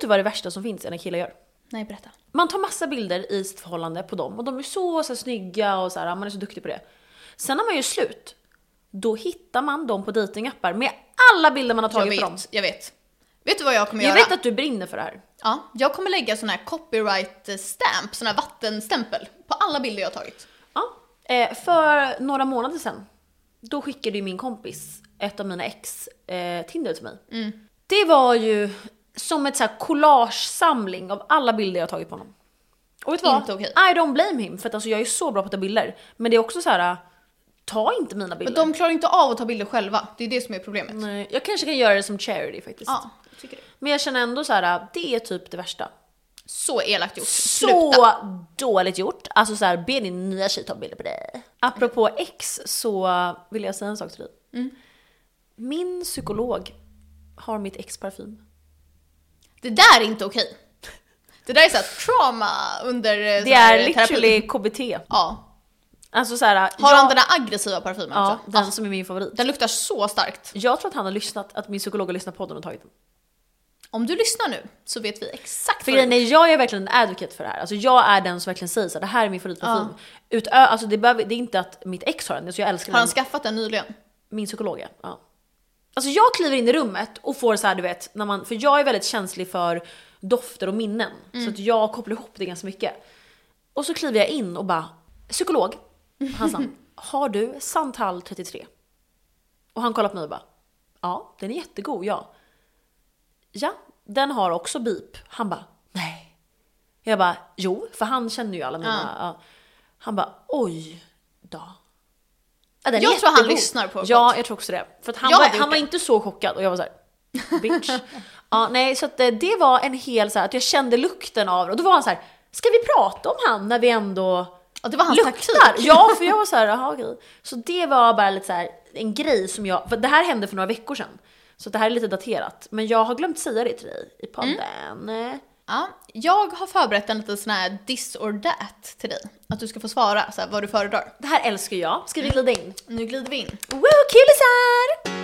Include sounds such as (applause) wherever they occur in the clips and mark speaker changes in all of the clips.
Speaker 1: du vad det värsta som finns är när killar gör?
Speaker 2: Nej, berätta.
Speaker 1: Man tar massa bilder i sitt förhållande på dem och de är så, så här, snygga och så här, man är så duktig på det. Sen när man gör slut, då hittar man dem på datingappar med alla bilder man har
Speaker 2: Jag
Speaker 1: tagit på dem.
Speaker 2: vet, jag vet. Vet du vad jag kommer
Speaker 1: Jag
Speaker 2: göra?
Speaker 1: vet att du brinner för det här.
Speaker 2: Ja, jag kommer lägga sån här copyright stamp, sån här vattenstämpel, på alla bilder jag har tagit.
Speaker 1: Ja. Eh, för några månader sedan, då skickade ju min kompis ett av mina ex eh, Tinder till mig.
Speaker 2: Mm.
Speaker 1: Det var ju som ett så här collagesamling av alla bilder jag tagit på honom. Och vet du vad?
Speaker 2: Inte okej.
Speaker 1: I don't blame him, för att alltså jag är så bra på att ta bilder. Men det är också så här, äh, ta inte mina bilder.
Speaker 2: Men de klarar inte av att ta bilder själva, det är det som är problemet.
Speaker 1: Nej, jag kanske kan göra det som charity faktiskt.
Speaker 2: Ja, jag tycker det.
Speaker 1: Men Mm. jag känner ändå så här, äh, det är typ det värsta.
Speaker 2: Så elakt gjort.
Speaker 1: Så
Speaker 2: Sluta.
Speaker 1: dåligt gjort. Alltså så här, be din nya tjej ta bilder på dig. Apropå ex så vill jag säga en sak till dig. Min psykolog har mitt ex parfym.
Speaker 2: Det där är inte okej. Det där är såhär trauma under eh, sån
Speaker 1: Det
Speaker 2: här
Speaker 1: är literally KBT.
Speaker 2: Ja.
Speaker 1: Alltså så här,
Speaker 2: Har
Speaker 1: jag,
Speaker 2: han den där aggressiva parfymen
Speaker 1: ja,
Speaker 2: också?
Speaker 1: den
Speaker 2: Ja.
Speaker 1: som är min favorit.
Speaker 2: Den luktar så starkt.
Speaker 1: Jag tror att han har lyssnat, att min psykolog har lyssnat på den och tagit den.
Speaker 2: Om du lyssnar nu så vet vi exakt
Speaker 1: För
Speaker 2: vad
Speaker 1: grejen är, jag är verkligen en advocate för det här. Alltså jag är den som verkligen säger så här, det här är min favoritparfym. Utö- alltså det, behöver, det är inte att mitt ex har den, så jag älskar
Speaker 2: Har
Speaker 1: den.
Speaker 2: han skaffat den nyligen?
Speaker 1: Min psykolog ja. ja. Alltså jag kliver in i rummet och får så här, du vet, när man, för jag är väldigt känslig för dofter och minnen.
Speaker 2: Mm.
Speaker 1: Så att jag kopplar ihop det ganska mycket. Och så kliver jag in och bara, psykolog, hans
Speaker 2: (laughs)
Speaker 1: namn, har du Santal 33? Och han kollar på mig och bara, ja den är jättegod ja. Ja, den har också bip. Han bara, nej. Jag bara, jo, för han känner ju alla mina. Ja. Han bara, oj då. Ja, den är
Speaker 2: Jag tror han
Speaker 1: jättegod.
Speaker 2: lyssnar på
Speaker 1: Ja, jag tror också det. För att han,
Speaker 2: Jag
Speaker 1: var,
Speaker 2: hade gjort
Speaker 1: han var
Speaker 2: det.
Speaker 1: inte så chockad och jag var så här. (laughs) bitch. ja, nej, så att eh, det var en hel så här, att jag kände lukten av det och då var han så här, ska vi prata om han när vi ändå
Speaker 2: Ja, det var hans
Speaker 1: luktar?
Speaker 2: taktik.
Speaker 1: Ja, för jag var så här, jaha okej. Så det var bara lite så här, en grej som jag, för det här hände för några veckor sedan. Så det här är lite daterat, men jag har glömt säga det till dig i podden.
Speaker 2: Ja, jag har förberett en liten sån här this or that till dig. Att du ska få svara så här, vad du föredrar.
Speaker 1: Det här älskar jag. Ska vi glida in?
Speaker 2: Nu glider vi in.
Speaker 1: Woo, kulisar!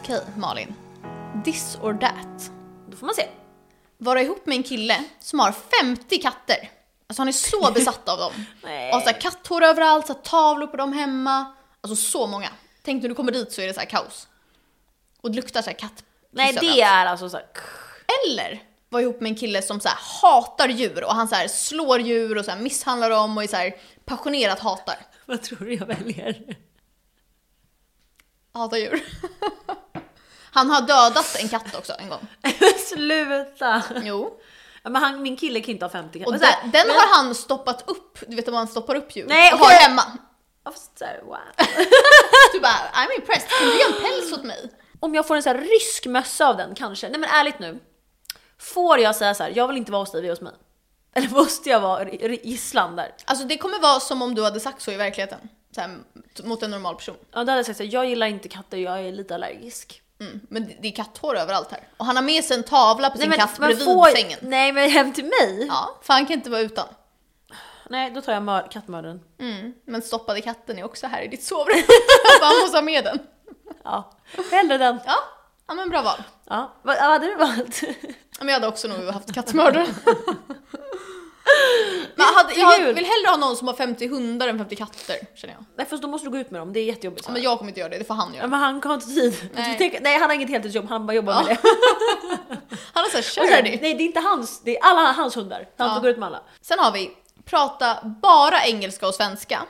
Speaker 2: Okej, Malin. This or that.
Speaker 1: Då får man se.
Speaker 2: Vara ihop med en kille som har 50 katter. Alltså han
Speaker 1: (laughs)
Speaker 2: är så besatt av dem.
Speaker 1: Nej.
Speaker 2: Och så här, katthår överallt, så här, tavlor på dem hemma. Alltså så många. Tänk när du kommer dit så är det så här kaos. Och det luktar så här katt.
Speaker 1: Nej,
Speaker 2: piss
Speaker 1: det
Speaker 2: överallt.
Speaker 1: är alltså så här,
Speaker 2: Eller vara ihop med en kille som så här, hatar djur och han så här, slår djur och så här, misshandlar dem och är så här, passionerat hatar.
Speaker 1: vad tror du jag väljer?
Speaker 2: Hatar djur. (laughs) Han har dödat en katt också en gång.
Speaker 1: (laughs) Sluta!
Speaker 2: Jo.
Speaker 1: Men han, min kille kan inte ha 50
Speaker 2: Och
Speaker 1: Men
Speaker 2: den,
Speaker 1: så här,
Speaker 2: den
Speaker 1: men-
Speaker 2: har han stoppat upp, du vet om han stoppar upp djur.
Speaker 1: Nej,
Speaker 2: och
Speaker 1: okej.
Speaker 2: har hemma.
Speaker 1: Ja, fast så här, wow.
Speaker 2: Du bara I'm impressed, kan du ge en päls åt mig?
Speaker 1: Om jag får en så här rysk mössa av den kanske. Nej men ärligt nu. Får jag säga så här, jag vill inte vara hos dig, vi är hos mig. Eller måste jag vara r- r- gisslan där?
Speaker 2: Alltså det kommer vara som om du hade sagt så i verkligheten. Så här, t- mot en normal person.
Speaker 1: Ja, då hade jag sagt så här, jag gillar inte katter, jag är lite allergisk.
Speaker 2: Mm. Men det- det är katthår överallt här. Och han har med sig en tavla på sin katt bredvid sängen.
Speaker 1: Nej men hem till mig?
Speaker 2: Ja, för han kan inte vara utan.
Speaker 1: Nej, då tar jag mör- kattmördaren.
Speaker 2: Mm. Men stoppade katten är också här i ditt sovrum. (laughs) Alltså han måste ha med den.
Speaker 1: Ja, hellre den.
Speaker 2: Ja, ja men bra val.
Speaker 1: Ja, vad vad hade du valt? (laughs)
Speaker 2: Men jag hade också nog haft kattmördare. Men hade, jag
Speaker 1: Kul.
Speaker 2: vill hellre ha någon som har 50 hundar än 50 katter, känner jag.
Speaker 1: Nej fast då måste du gå ut med dem, det är jättejobbigt.
Speaker 2: Ja, Men jag kommer inte göra det, det får han
Speaker 1: Ja,
Speaker 2: göra.
Speaker 1: men han har inte tid.
Speaker 2: Nej.
Speaker 1: Nej. nej han har inget heltidsjobb, han bara jobbar
Speaker 2: Ja.
Speaker 1: med det.
Speaker 2: Han har såhär
Speaker 1: Och sen,
Speaker 2: charity.
Speaker 1: nej det är inte hans, det är alla hans hundar. Han
Speaker 2: Ja.
Speaker 1: ja. går ut med alla.
Speaker 2: Sen har vi prata bara engelska och svenska.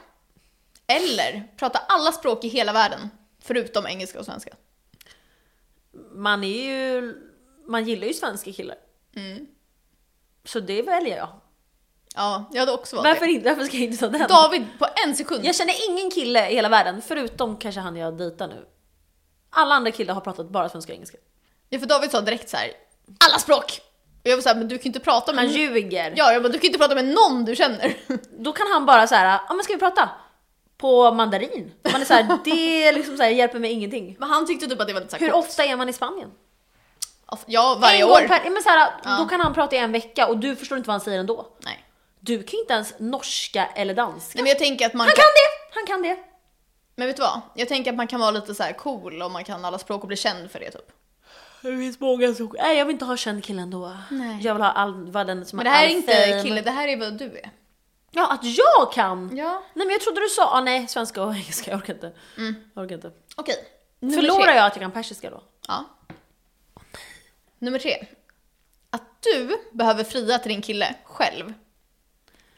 Speaker 2: Eller prata alla språk i hela världen, förutom engelska och svenska.
Speaker 1: Man är ju, man gillar ju svenska killar.
Speaker 2: Mm.
Speaker 1: Så det väljer jag.
Speaker 2: Ja, jag hade också valt
Speaker 1: Varför, inte, varför ska jag inte ta den?
Speaker 2: det. David, på en sekund.
Speaker 1: Jag känner ingen kille i hela världen, förutom kanske han jag dejtar nu. Alla andra killar har pratat bara svenska och engelska.
Speaker 2: Ja, för David sa direkt så här: alla språk! Och jag var såhär, men du kan ju inte prata
Speaker 1: Han
Speaker 2: med...
Speaker 1: ljuger.
Speaker 2: Mm. Ja, jag bara, du kan ju inte prata med någon du känner.
Speaker 1: Då kan han bara så här, ja men ska vi prata? På mandarin. Man är
Speaker 2: (laughs)
Speaker 1: så här, det liksom så här, hjälper mig ingenting.
Speaker 2: Men han tyckte typ att det var lite såhär
Speaker 1: Hur ofta är man i Spanien?
Speaker 2: Ja, varje
Speaker 1: en
Speaker 2: år.
Speaker 1: gång per, ja, men så här,
Speaker 2: Ja.
Speaker 1: Då kan han prata i en vecka och du förstår inte vad han säger ändå.
Speaker 2: Nej.
Speaker 1: Du kan ju inte ens norska eller danska.
Speaker 2: Nej, men jag tänker att man
Speaker 1: Han
Speaker 2: kan...
Speaker 1: kan det! Han kan det!
Speaker 2: Men vet du vad? Jag tänker att man kan vara lite så här cool om man kan alla språk och bli känd för det typ.
Speaker 1: Det finns många som... Nej jag vill inte ha känd kille ändå.
Speaker 2: Nej.
Speaker 1: Jag vill ha all, vara den som
Speaker 2: Men det
Speaker 1: har
Speaker 2: här är
Speaker 1: all
Speaker 2: inte
Speaker 1: fame.
Speaker 2: kille, det här är vad du är.
Speaker 1: Ja, att jag kan!
Speaker 2: Ja.
Speaker 1: Nej men jag trodde du sa... Ah, nej, svenska och engelska, jag orkar inte.
Speaker 2: Mm.
Speaker 1: Jag orkar inte.
Speaker 2: Okej.
Speaker 1: Förlorar jag att jag kan persiska då?
Speaker 2: Ja. Nummer tre. Att du behöver fria till din kille själv.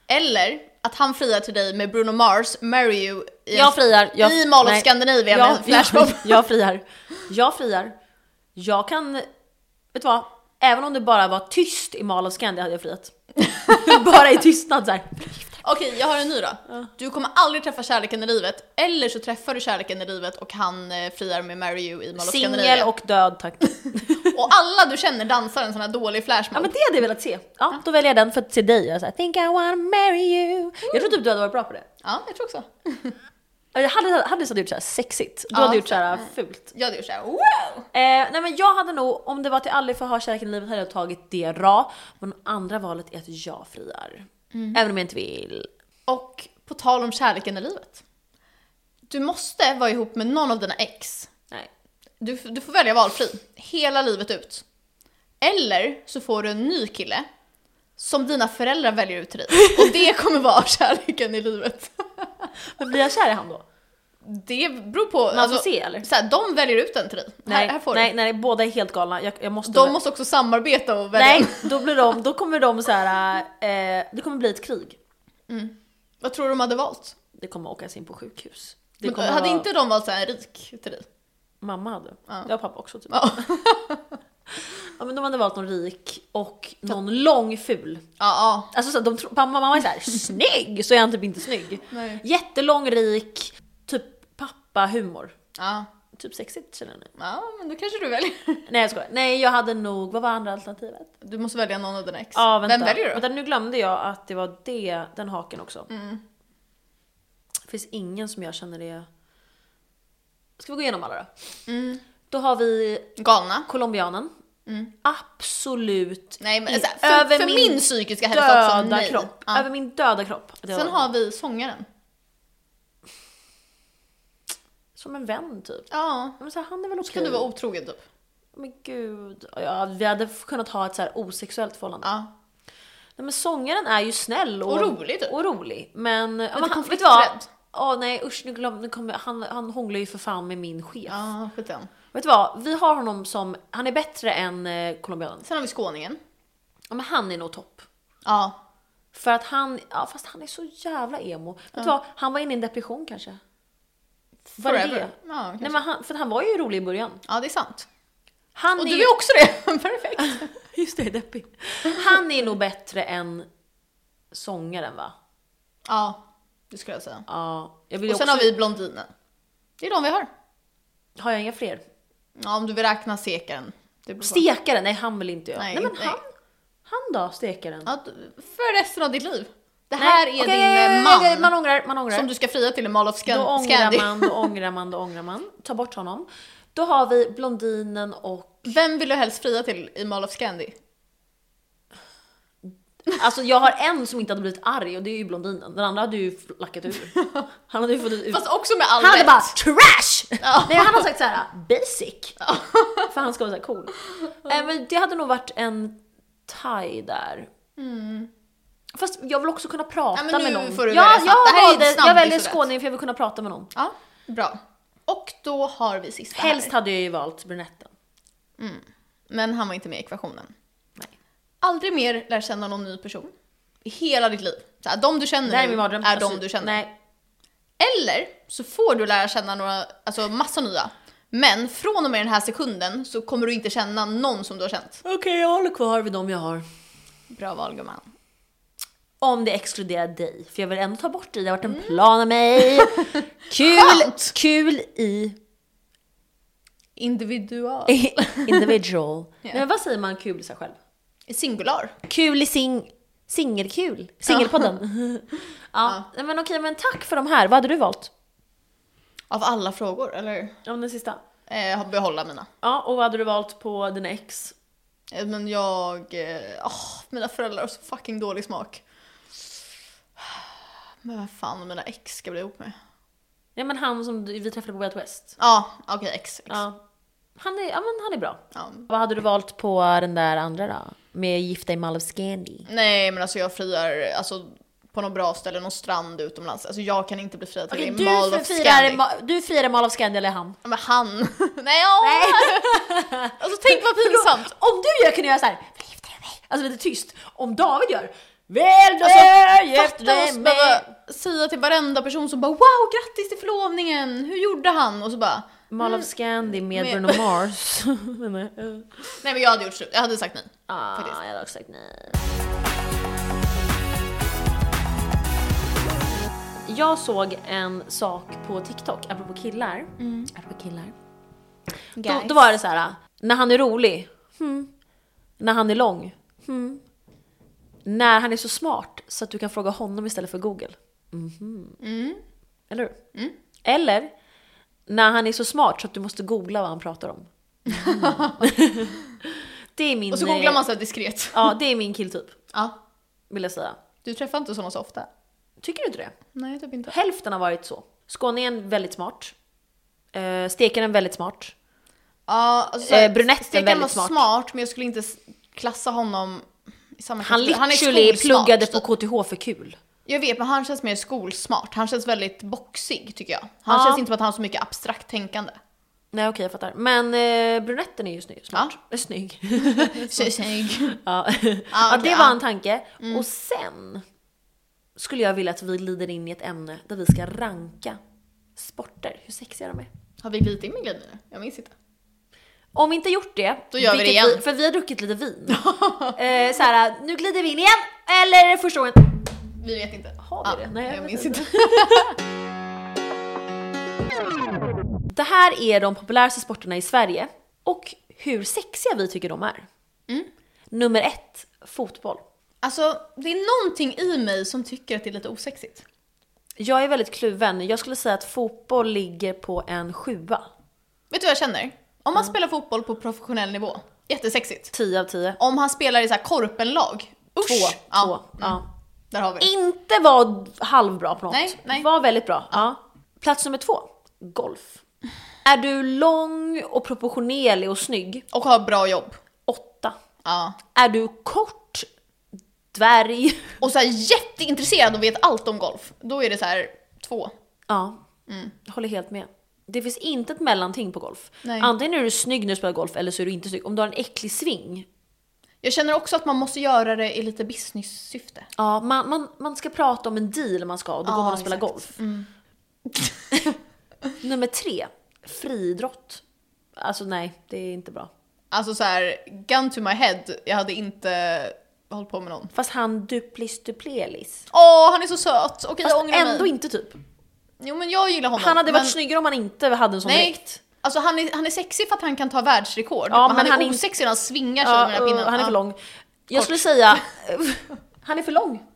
Speaker 2: Eller att han friar till dig med Bruno Mars, Marry You i,
Speaker 1: Jag friar. Jag,
Speaker 2: i Mall of
Speaker 1: nej.
Speaker 2: Scandinavia med en
Speaker 1: (laughs)
Speaker 2: flashmob.
Speaker 1: jag, jag friar. Jag friar. Jag kan... Vet du vad? Även om det bara var tyst i Mall of Scandi hade jag
Speaker 2: (laughs)
Speaker 1: friat. (laughs) bara i tystnad såhär.
Speaker 2: Okej, jag har en ny då. Du kommer aldrig träffa kärleken i livet, eller så träffar du kärleken i livet och han eh, friar med Marry You i Mall of
Speaker 1: Singel
Speaker 2: Scandinavia. Och...
Speaker 1: och död tack.
Speaker 2: alla du känner dansar en sån här dålig
Speaker 1: Ja
Speaker 2: flashmob.
Speaker 1: men det hade jag velat se. Ja, då väljer jag den för att se dig. Jag såhär, think I wanna marry you.
Speaker 2: Mm.
Speaker 1: Jag tror typ du hade varit bra på det.
Speaker 2: Ja, jag tror också.
Speaker 1: Jag hade, hade så gjort såhär sexigt. Du
Speaker 2: Ja, Mm.
Speaker 1: hade gjort
Speaker 2: så-
Speaker 1: såhär fult.
Speaker 2: Jag hade gjort såhär wow!
Speaker 1: Eh, nej men jag hade nog, om det var att jag aldrig får ha kärleken i livet hade jag tagit det ra. Men andra valet är att jag friar.
Speaker 2: Mm.
Speaker 1: Även om jag inte vill.
Speaker 2: Och på tal om kärleken i livet. Du måste vara ihop med någon av dina ex.
Speaker 1: Nej.
Speaker 2: Du, du får välja valfri, hela livet ut. Eller så får du en ny kille som dina föräldrar väljer ut till dig. Och det kommer vara (laughs) kärleken i livet.
Speaker 1: Men blir jag kär i han då?
Speaker 2: Det beror på... alltså-
Speaker 1: Man får se eller?
Speaker 2: Så här, de väljer ut den till dig.
Speaker 1: Nej,
Speaker 2: här, här får
Speaker 1: nej,
Speaker 2: du.
Speaker 1: nej, båda är helt galna. Jag, jag måste...
Speaker 2: De måste också samarbeta och välja.
Speaker 1: nej, då, blir de, då kommer de så här. Eh, det kommer bli ett krig.
Speaker 2: Vad tror du de hade valt?
Speaker 1: Det kommer åkas in på sjukhus. Det
Speaker 2: Men,
Speaker 1: kommer
Speaker 2: hade
Speaker 1: vara-
Speaker 2: inte de valt så här, en rik till dig?
Speaker 1: Mamma hade.
Speaker 2: Ja.
Speaker 1: Det var pappa också typ.
Speaker 2: Ja.
Speaker 1: (laughs) Ja, men de hade valt någon rik och någon lång ful.
Speaker 2: ja,
Speaker 1: Alltså så att de tror, mamma, mamma är
Speaker 2: (laughs)
Speaker 1: såhär snygg så är han typ inte snygg.
Speaker 2: Nej.
Speaker 1: Jättelång, rik, typ pappa humor.
Speaker 2: ja.
Speaker 1: Typ sexigt känner ni.
Speaker 2: Ja, men då kanske du väljer.
Speaker 1: Nej jag skojar. Nej jag hade nog, vad var andra alternativet?
Speaker 2: Du måste välja någon av dina ex.
Speaker 1: Ja vänta.
Speaker 2: Vem väljer du?
Speaker 1: Vänta, nu glömde jag att det var det, den haken också.
Speaker 2: Mm,
Speaker 1: Det finns ingen som jag känner är... Ska vi gå igenom alla då? Då har vi
Speaker 2: mm. Galna?
Speaker 1: colombianen.
Speaker 2: Mm.
Speaker 1: Absolut
Speaker 2: Nej, men
Speaker 1: i-
Speaker 2: så här, för, för min, psykiska hälsa också,
Speaker 1: döda
Speaker 2: nej.
Speaker 1: kropp.
Speaker 2: Ja.
Speaker 1: Över min döda kropp. Det
Speaker 2: Sen
Speaker 1: var-
Speaker 2: har vi sångaren.
Speaker 1: Som en vän typ.
Speaker 2: Ja.
Speaker 1: Men så här, han är väl
Speaker 2: Så
Speaker 1: okej.
Speaker 2: kan du vara otrogen typ.
Speaker 1: Men gud. Ja, vi hade f- kunnat ha ett så här osexuellt förhållande.
Speaker 2: Ja.
Speaker 1: Nej, men sångaren är ju snäll och,
Speaker 2: Och rolig, typ.
Speaker 1: Och rolig. Men... Lite
Speaker 2: konflikträdd.
Speaker 1: Åh nej usch, nu glömde, nu kommer, han, han hånglar ju för fan med min chef.
Speaker 2: Ja, skit i den.
Speaker 1: Vet du vad? Vi har honom som, han är bättre än eh, colombianen.
Speaker 2: Sen har vi skåningen.
Speaker 1: Ja, men han är nog topp.
Speaker 2: Ja.
Speaker 1: För att han, ja fast han är så jävla emo. Vet du vad? Han var inne i en depression kanske. Var det
Speaker 2: Forever.
Speaker 1: det?
Speaker 2: Ja, kanske.
Speaker 1: Nej, men han, för att han var ju rolig i början.
Speaker 2: ja, det är sant.
Speaker 1: Han
Speaker 2: Och
Speaker 1: är
Speaker 2: du
Speaker 1: ju-
Speaker 2: är också
Speaker 1: (laughs)
Speaker 2: det! (laughs) Perfekt!
Speaker 1: Just det, deppig. Han är nog bättre än sångaren va?
Speaker 2: Ja, det skulle jag säga.
Speaker 1: Ja, jag vill ju
Speaker 2: Och sen
Speaker 1: också...
Speaker 2: har vi blondinen. Det är de vi har.
Speaker 1: har jag inga fler?
Speaker 2: Ja, om du vill räkna sekaren. Det beror på.
Speaker 1: Stekaren? Nej han vill inte jag.
Speaker 2: Nej,
Speaker 1: Nej, men
Speaker 2: nej.
Speaker 1: han, han då, stekaren?
Speaker 2: Ja, du- för resten av ditt liv. Det här
Speaker 1: Nej,
Speaker 2: är
Speaker 1: okej,
Speaker 2: din eh,
Speaker 1: okej,
Speaker 2: man.
Speaker 1: okej, Man ångrar, man ångrar.
Speaker 2: Som du ska fria till i Mall of
Speaker 1: då
Speaker 2: Scan-
Speaker 1: ångrar
Speaker 2: Scandi.
Speaker 1: man, då ångrar man, då ångrar man. Ta bort honom. Då har vi blondinen och...
Speaker 2: (laughs) Vem vill du helst fria till i Mall of Scandi?
Speaker 1: Alltså jag har en som inte hade blivit arg och det är ju blondinen. Den andra hade ju flackat
Speaker 2: (laughs)
Speaker 1: ur. Han hade ju fått ut...
Speaker 2: Fast också med all
Speaker 1: Han hade
Speaker 2: rätt.
Speaker 1: bara trash!
Speaker 2: Ja.
Speaker 1: Nej han har sagt så här: basic. För han ska vara såhär cool. Eh, men det hade nog varit en thai där. Fast jag vill också kunna prata
Speaker 2: Mm. Ja, men nu
Speaker 1: med någon.
Speaker 2: får du
Speaker 1: ja,
Speaker 2: välja snabbt.
Speaker 1: jag,
Speaker 2: Det här är ju
Speaker 1: valde,
Speaker 2: snabbt,
Speaker 1: jag
Speaker 2: det
Speaker 1: väljer
Speaker 2: är så rätt.
Speaker 1: skåning för jag vill kunna prata med någon.
Speaker 2: Ja, bra. Och då har vi sista
Speaker 1: Helst
Speaker 2: här.
Speaker 1: hade jag ju valt brunetten.
Speaker 2: Men han var inte med i ekvationen.
Speaker 1: Nej.
Speaker 2: Aldrig mer lär känna någon ny person. I hela ditt liv. Så här, de du känner
Speaker 1: Det här är
Speaker 2: nu
Speaker 1: min mardröm.
Speaker 2: Mm. är
Speaker 1: Alltså,
Speaker 2: de du känner.
Speaker 1: Nej.
Speaker 2: Eller så får du lära känna några, alltså massa nya. Men från och med den här sekunden så kommer du inte känna någon som du har känt.
Speaker 1: Okej jag håller kvar vid de jag har.
Speaker 2: Bra val gumman.
Speaker 1: Om det exkluderar dig, för jag vill ändå ta bort dig, det har varit en plan av
Speaker 2: (laughs)
Speaker 1: mig. Kul,
Speaker 2: Mm. Skönt.
Speaker 1: kul i (laughs)
Speaker 2: Individual.
Speaker 1: individual. Nej, men vad säger man kul i sig själv?
Speaker 2: Singular.
Speaker 1: Kul i sing... Singelkul. Singelpodden. (laughs) ja. ja. Men okej, men tack för de här. Vad hade du valt?
Speaker 2: Av alla frågor, eller?
Speaker 1: Ja, den sista.
Speaker 2: Eh, behålla mina.
Speaker 1: Ja, och vad hade du valt på dina ex?
Speaker 2: Eh, Men jag... eh, åh, mina föräldrar har så fucking dålig smak. (sighs) Men vem fan mina ex ska bli ihop med?
Speaker 1: Ja men han som du- vi träffade på Wild West.
Speaker 2: Ja, okej ex. ex. Ja.
Speaker 1: Ja. Han är, ja men han är bra. Vad hade du valt på den där andra då? Med Gifta i Mall of Scandi?
Speaker 2: Nej men alltså jag friar alltså, på något bra ställe, någon strand utomlands. Alltså jag kan inte bli friad till
Speaker 1: Okej,
Speaker 2: det.
Speaker 1: du,
Speaker 2: Mall of
Speaker 1: firar
Speaker 2: Scandic.
Speaker 1: Ma- du firar Mall of Scandi eller han?
Speaker 2: Men han... (laughs) Nej, åh! alltså tänk vad pinsamt!
Speaker 1: Om du gör kan du göra såhär, gifta dig med mig. Alltså lite tyst. Om David gör, väl då så,
Speaker 2: Alltså,
Speaker 1: gift
Speaker 2: fatta
Speaker 1: dig
Speaker 2: oss
Speaker 1: med
Speaker 2: behöva
Speaker 1: mig.
Speaker 2: säga till varenda person som bara wow grattis till förlovningen, hur gjorde han? Och så bara
Speaker 1: Mall of Scandi Mm. med
Speaker 2: Med-
Speaker 1: Bruno (laughs) Mars. Menar jag.
Speaker 2: nej men jag hade gjort slut, jag hade sagt nej.
Speaker 1: ah,
Speaker 2: Faktiskt.
Speaker 1: jag hade också sagt nej. Jag såg en sak på TikTok, apropå killar. Apropå killar. Då, då var det så här. när han är rolig,
Speaker 2: Mm.
Speaker 1: hmm. när han är lång, hmm. när han är så smart så att du kan fråga honom istället för Google.
Speaker 2: Mm.
Speaker 1: Mhm. Eller hur? Eller när han är så smart så att du måste googla vad han pratar
Speaker 2: (laughs)
Speaker 1: om. Mhm. det är min... eh,
Speaker 2: Och så googlar man så här diskret.
Speaker 1: Ja, det är min killtyp,
Speaker 2: Ja.
Speaker 1: vill jag säga.
Speaker 2: Du träffar inte såna så ofta?
Speaker 1: Tycker du inte det?
Speaker 2: Nej typ inte.
Speaker 1: Hälften har varit så. Skåningen väldigt smart. Eh, stekaren väldigt smart.
Speaker 2: Ja, alltså, så
Speaker 1: Eh, brunetten
Speaker 2: Stefan
Speaker 1: väldigt
Speaker 2: var
Speaker 1: smart.
Speaker 2: smart men jag skulle inte s- klassa honom i samma
Speaker 1: Han
Speaker 2: kategori. är
Speaker 1: literally
Speaker 2: skolsmart,
Speaker 1: pluggade på
Speaker 2: typ.
Speaker 1: KTH för kul.
Speaker 2: Jag vet men han känns mer skolsmart, han känns väldigt boxig tycker jag. Han
Speaker 1: Ja.
Speaker 2: känns inte som att han har så mycket abstrakt tänkande.
Speaker 1: Nej okej jag fattar. Men eh, brunetten är ju snygg. Smart. Ja. (laughs)
Speaker 2: (laughs)
Speaker 1: Snygg.
Speaker 2: Så snygg.
Speaker 1: ja. ja
Speaker 2: Ah, okej,
Speaker 1: det var
Speaker 2: ja. Mm.
Speaker 1: en tanke. Och sen skulle jag vilja att vi glider in i ett ämne där vi ska ranka sporter, hur sexiga de är.
Speaker 2: Har vi glidit in med glidning nu? Jag minns inte.
Speaker 1: Om vi inte gjort det,
Speaker 2: Då gör vi det
Speaker 1: vilket
Speaker 2: igen.
Speaker 1: för vi har druckit lite vin. (laughs) eh, såhär, nu glider vi in igen! Eller är det första gången?
Speaker 2: (laughs) Vi vet inte.
Speaker 1: Har vi det? Nej, jag
Speaker 2: jag
Speaker 1: vet
Speaker 2: minns
Speaker 1: inte.
Speaker 2: inte. (laughs)
Speaker 1: Det här är de populäraste sporterna i Sverige och hur sexiga vi tycker de är.
Speaker 2: Mm.
Speaker 1: Nummer ett, fotboll.
Speaker 2: Alltså, det är någonting i mig som tycker att det är lite osexigt.
Speaker 1: Jag är väldigt kluven. Jag skulle säga att fotboll ligger på en sjua.
Speaker 2: Vet du vad jag känner? Om man spelar fotboll på professionell nivå, jättesexigt.
Speaker 1: 10 av 10.
Speaker 2: Om han spelar i så här korpenlag, usch!
Speaker 1: Två.
Speaker 2: Ja,
Speaker 1: två. Ja.
Speaker 2: där har vi det.
Speaker 1: Inte var halvbra på något.
Speaker 2: Nej, nej.
Speaker 1: Var väldigt bra. Ja. Plats nummer två, golf. Är du lång och proportionerlig och snygg?
Speaker 2: Och har bra jobb.
Speaker 1: Åtta.
Speaker 2: Ja.
Speaker 1: Är du kort, dvärg?
Speaker 2: Och så här jätteintresserad och vet allt om golf, då är det så här två.
Speaker 1: Ja,
Speaker 2: Mm.
Speaker 1: jag håller helt med. Det finns inte ett mellanting på golf.
Speaker 2: Nej.
Speaker 1: Antingen är du snygg när du spelar golf eller så är du inte snygg. Om du har en äcklig sving,
Speaker 2: Jag känner också att man måste göra det i lite business-syfte.
Speaker 1: ja, man, man, man ska prata om en deal man ska och då
Speaker 2: Ja,
Speaker 1: går man och spelar
Speaker 2: exakt. Mm.
Speaker 1: golf. (laughs) Nummer tre, friidrott. Alltså nej, det är inte bra.
Speaker 2: Alltså så här, gun to my head, jag hade inte hållit på med någon.
Speaker 1: Fast han Duplis Duplelis.
Speaker 2: Åh, han är så söt! Okej, jag
Speaker 1: Fast
Speaker 2: ångrar mig.
Speaker 1: ändå inte typ.
Speaker 2: Jo men jag gillar honom.
Speaker 1: Han hade varit
Speaker 2: men-
Speaker 1: snyggare om han inte hade en sån
Speaker 2: Nej.
Speaker 1: dräkt.
Speaker 2: Alltså han är, han är sexig för att han kan ta världsrekord.
Speaker 1: Ja,
Speaker 2: men,
Speaker 1: men han
Speaker 2: han
Speaker 1: är
Speaker 2: är
Speaker 1: inte-
Speaker 2: osexig när han svingar sig
Speaker 1: Ja,
Speaker 2: med den här
Speaker 1: och
Speaker 2: pinnen.
Speaker 1: han är
Speaker 2: Ja.
Speaker 1: för lång. Jag skulle
Speaker 2: (laughs)
Speaker 1: säga, (laughs) han är för lång.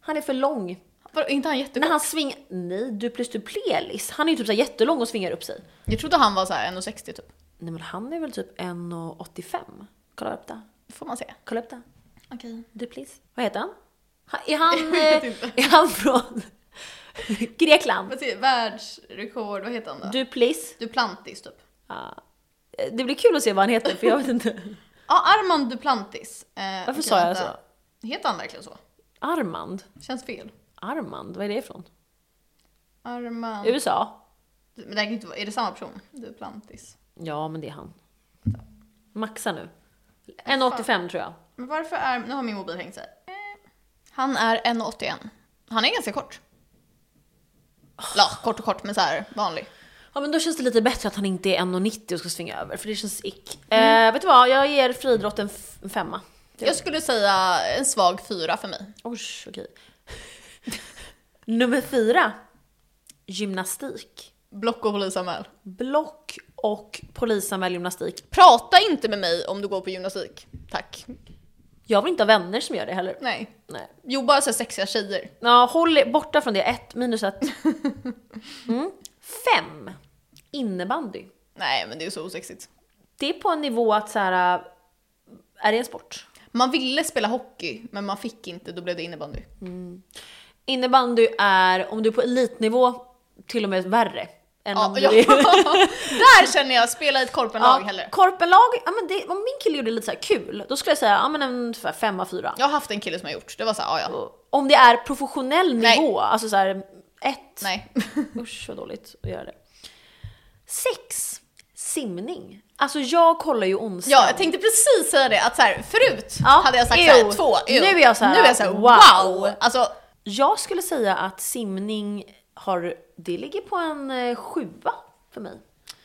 Speaker 1: Han är för lång.
Speaker 2: Var, är inte han jättekort?
Speaker 1: När han svingar, nej Duplis Duplelis, han är ju typ så här jättelång och svingar upp sig.
Speaker 2: Jag trodde han var så här 1,60 typ.
Speaker 1: Nej men han är väl typ 1,85? Kolla upp det.
Speaker 2: Det får man säga.
Speaker 1: Kolla upp det.
Speaker 2: Okej.
Speaker 1: Duplis. Vad heter han? Ha-
Speaker 2: (laughs)
Speaker 1: Är han,
Speaker 2: vet
Speaker 1: eh,
Speaker 2: inte.
Speaker 1: är han från (laughs) Grekland?
Speaker 2: Okay. Världsrekord, vad heter han då?
Speaker 1: Duplis.
Speaker 2: Duplantis typ.
Speaker 1: Ja. Eh, Det blir kul att se vad han heter för jag vet inte.
Speaker 2: (laughs) Ja, Armand Duplantis. Eh, Varför
Speaker 1: sa jag
Speaker 2: Heter han verkligen så?
Speaker 1: Armand?
Speaker 2: Känns fel.
Speaker 1: Armand? Vad är det ifrån?
Speaker 2: Armand...
Speaker 1: USA?
Speaker 2: Men det här kan ju inte vara... Är det samma person? Duplantis.
Speaker 1: Ja men det är han. Maxa nu. 1,85 tror jag.
Speaker 2: Men varför är... Nu har min mobil hängt sig. Eh. Han är 1,81. Han är ganska kort. Ja, kort och kort men så här vanlig.
Speaker 1: Ja men då känns det lite bättre att han inte är 1,90 och ska svinga över för det känns ick.
Speaker 2: Mm.
Speaker 1: Eh, vet du vad, jag ger friidrott en f- en femma.
Speaker 2: Jag skulle säga en svag fyra för mig.
Speaker 1: Oj, okej. (laughs) Nummer fyra. Gymnastik.
Speaker 2: Block och polisanmäl.
Speaker 1: Block och polisanmäld gymnastik.
Speaker 2: Prata inte med mig om du går på gymnastik. Tack.
Speaker 1: Jag vill inte ha vänner som gör det heller.
Speaker 2: Nej.
Speaker 1: Nej.
Speaker 2: Jo, bara så här sexiga tjejer.
Speaker 1: Ja, håll er borta från det. Ett minus
Speaker 2: (laughs)
Speaker 1: ett. Mm. Fem. Innebandy.
Speaker 2: Nej, men det är så osexigt.
Speaker 1: Det är på en nivå att så här. äh, Är det en sport?
Speaker 2: Man ville spela hockey, men man fick inte, då blev det innebandy.
Speaker 1: Innebandy är, om du är på elitnivå, till och med värre. Än om
Speaker 2: Ja,
Speaker 1: du
Speaker 2: ja.
Speaker 1: är...
Speaker 2: (laughs) Där känner jag, spela i
Speaker 1: (laughs)
Speaker 2: ett korpenlag hellre.
Speaker 1: Korpenlag, ja, men det, om min kille gjorde lite så här kul, då skulle jag säga ja, men en ungefär femma, fyra.
Speaker 2: Jag har haft en kille som har gjort, det var så här, ja ja.
Speaker 1: Om det är professionell
Speaker 2: Nej.
Speaker 1: nivå, alltså så här ett,
Speaker 2: Nej.
Speaker 1: usch vad dåligt att göra det. Sex, simning. Alltså jag kollar ju onsdag.
Speaker 2: Ja, jag tänkte precis säga det, att så här, förut
Speaker 1: Ja,
Speaker 2: hade jag sagt så här,
Speaker 1: ew.
Speaker 2: två, ew.
Speaker 1: Nu är jag så här,
Speaker 2: nu är jag så här,
Speaker 1: wow.
Speaker 2: wow. Alltså,
Speaker 1: Jag skulle säga att simning har, det ligger på en eh, sjua för mig.